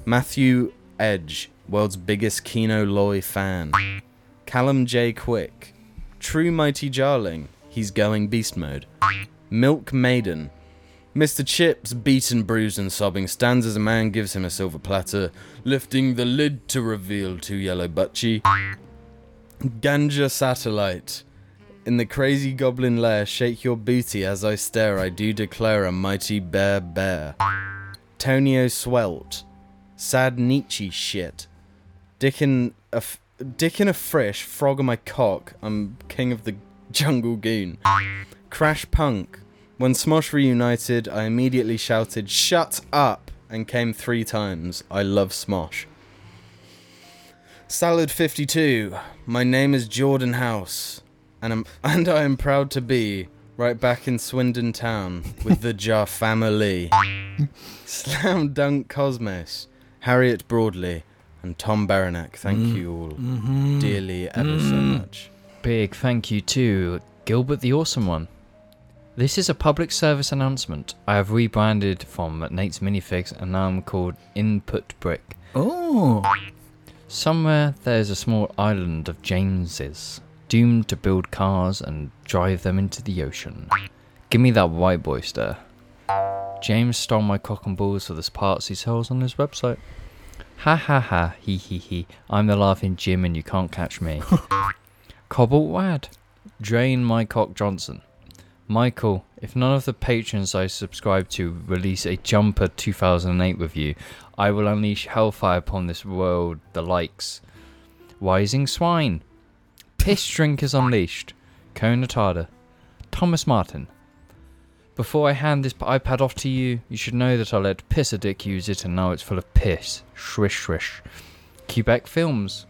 Matthew Edge. World's biggest Kino Loy fan. Callum J. Quick. True Mighty Jarling. He's going beast mode. Milk Maiden. Mr. Chips, beaten, bruised, and sobbing, stands as a man gives him a silver platter, lifting the lid to reveal two yellow butchie. Ganja Satellite. In the crazy goblin lair, shake your booty as I stare, I do declare a mighty bear bear. Tonio Swelt. Sad Nietzsche shit. Dickin a, f- Dickin a frish, frog on my cock, I'm king of the jungle goon. Crash Punk. When Smosh reunited, I immediately shouted, Shut up! and came three times. I love Smosh. Salad52. My name is Jordan House, and, I'm, and I am proud to be right back in Swindon Town with the Jar family. Slam Dunk Cosmos, Harriet Broadley, and Tom Baranek. Thank you all dearly ever so much.
Big thank you to Gilbert the Awesome One. This is a public service announcement. I have rebranded from Nate's Minifigs and now I'm called Input Brick.
Oh.
Somewhere there's a small island of Jameses, doomed to build cars and drive them into the ocean. Give me that white boy stir. James stole my cock and balls for this parts he sells on his website. Ha ha ha, he he he. I'm the laughing Jim and you can't catch me. Cobalt Wad, Drain My Cock Johnson, Michael. If none of the patrons I subscribe to release a Jumper 2008 review, I will unleash hellfire upon this world. The likes, Wising Swine, Piss Drinkers Unleashed, Conatada, Thomas Martin. Before I hand this iPad off to you, you should know that I let Piss a Dick use it, and now it's full of piss. Shrish shrish. Quebec Films.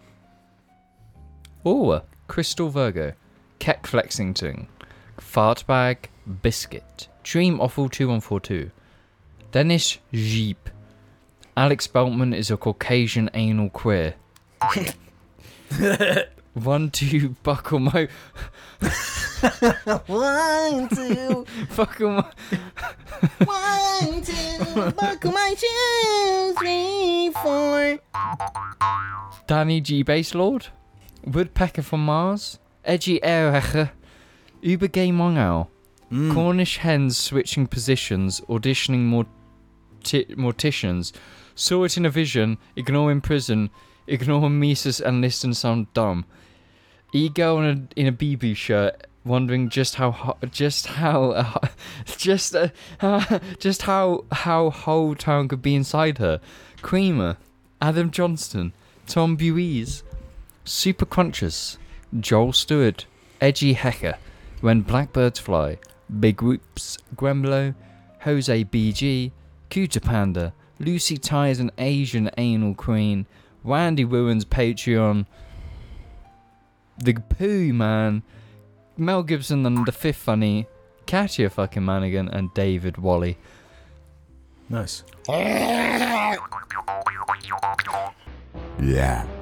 Orwa, Crystal Virgo, Keck Flexington, Fartbag, Biscuit, Dream Awful 2142, Danish Jeep, Alex Beltman is a Caucasian anal queer. One, two, buckle my.
One, two,
Buckle my.
one, two, buckle my shoes, three, four.
Danny G. Baselord, Woodpecker from Mars, Edgy Airhecher, Uber Gay Mongol, Cornish hens switching positions, auditioning morti- morticians, saw it in a vision, ignore in prison, ignore Mises and listen sound dumb. Ego in a, in a BB shirt, wondering just how ho- just how uh, just uh, just how how whole town could be inside her. Creamer, Adam Johnston, Tom Buies, Super Crunchers, Joel Stewart, Edgy Hecker, When Blackbirds Fly, Big Whoops, Gremlo, Jose BG, Cuta Panda, Lucy Ties an Asian Anal Queen, Randy Ruins Patreon, The Pooh Man, Mel Gibson and the Fifth Funny, Katia fucking Manigan, and David Wally.
Nice.
Yeah.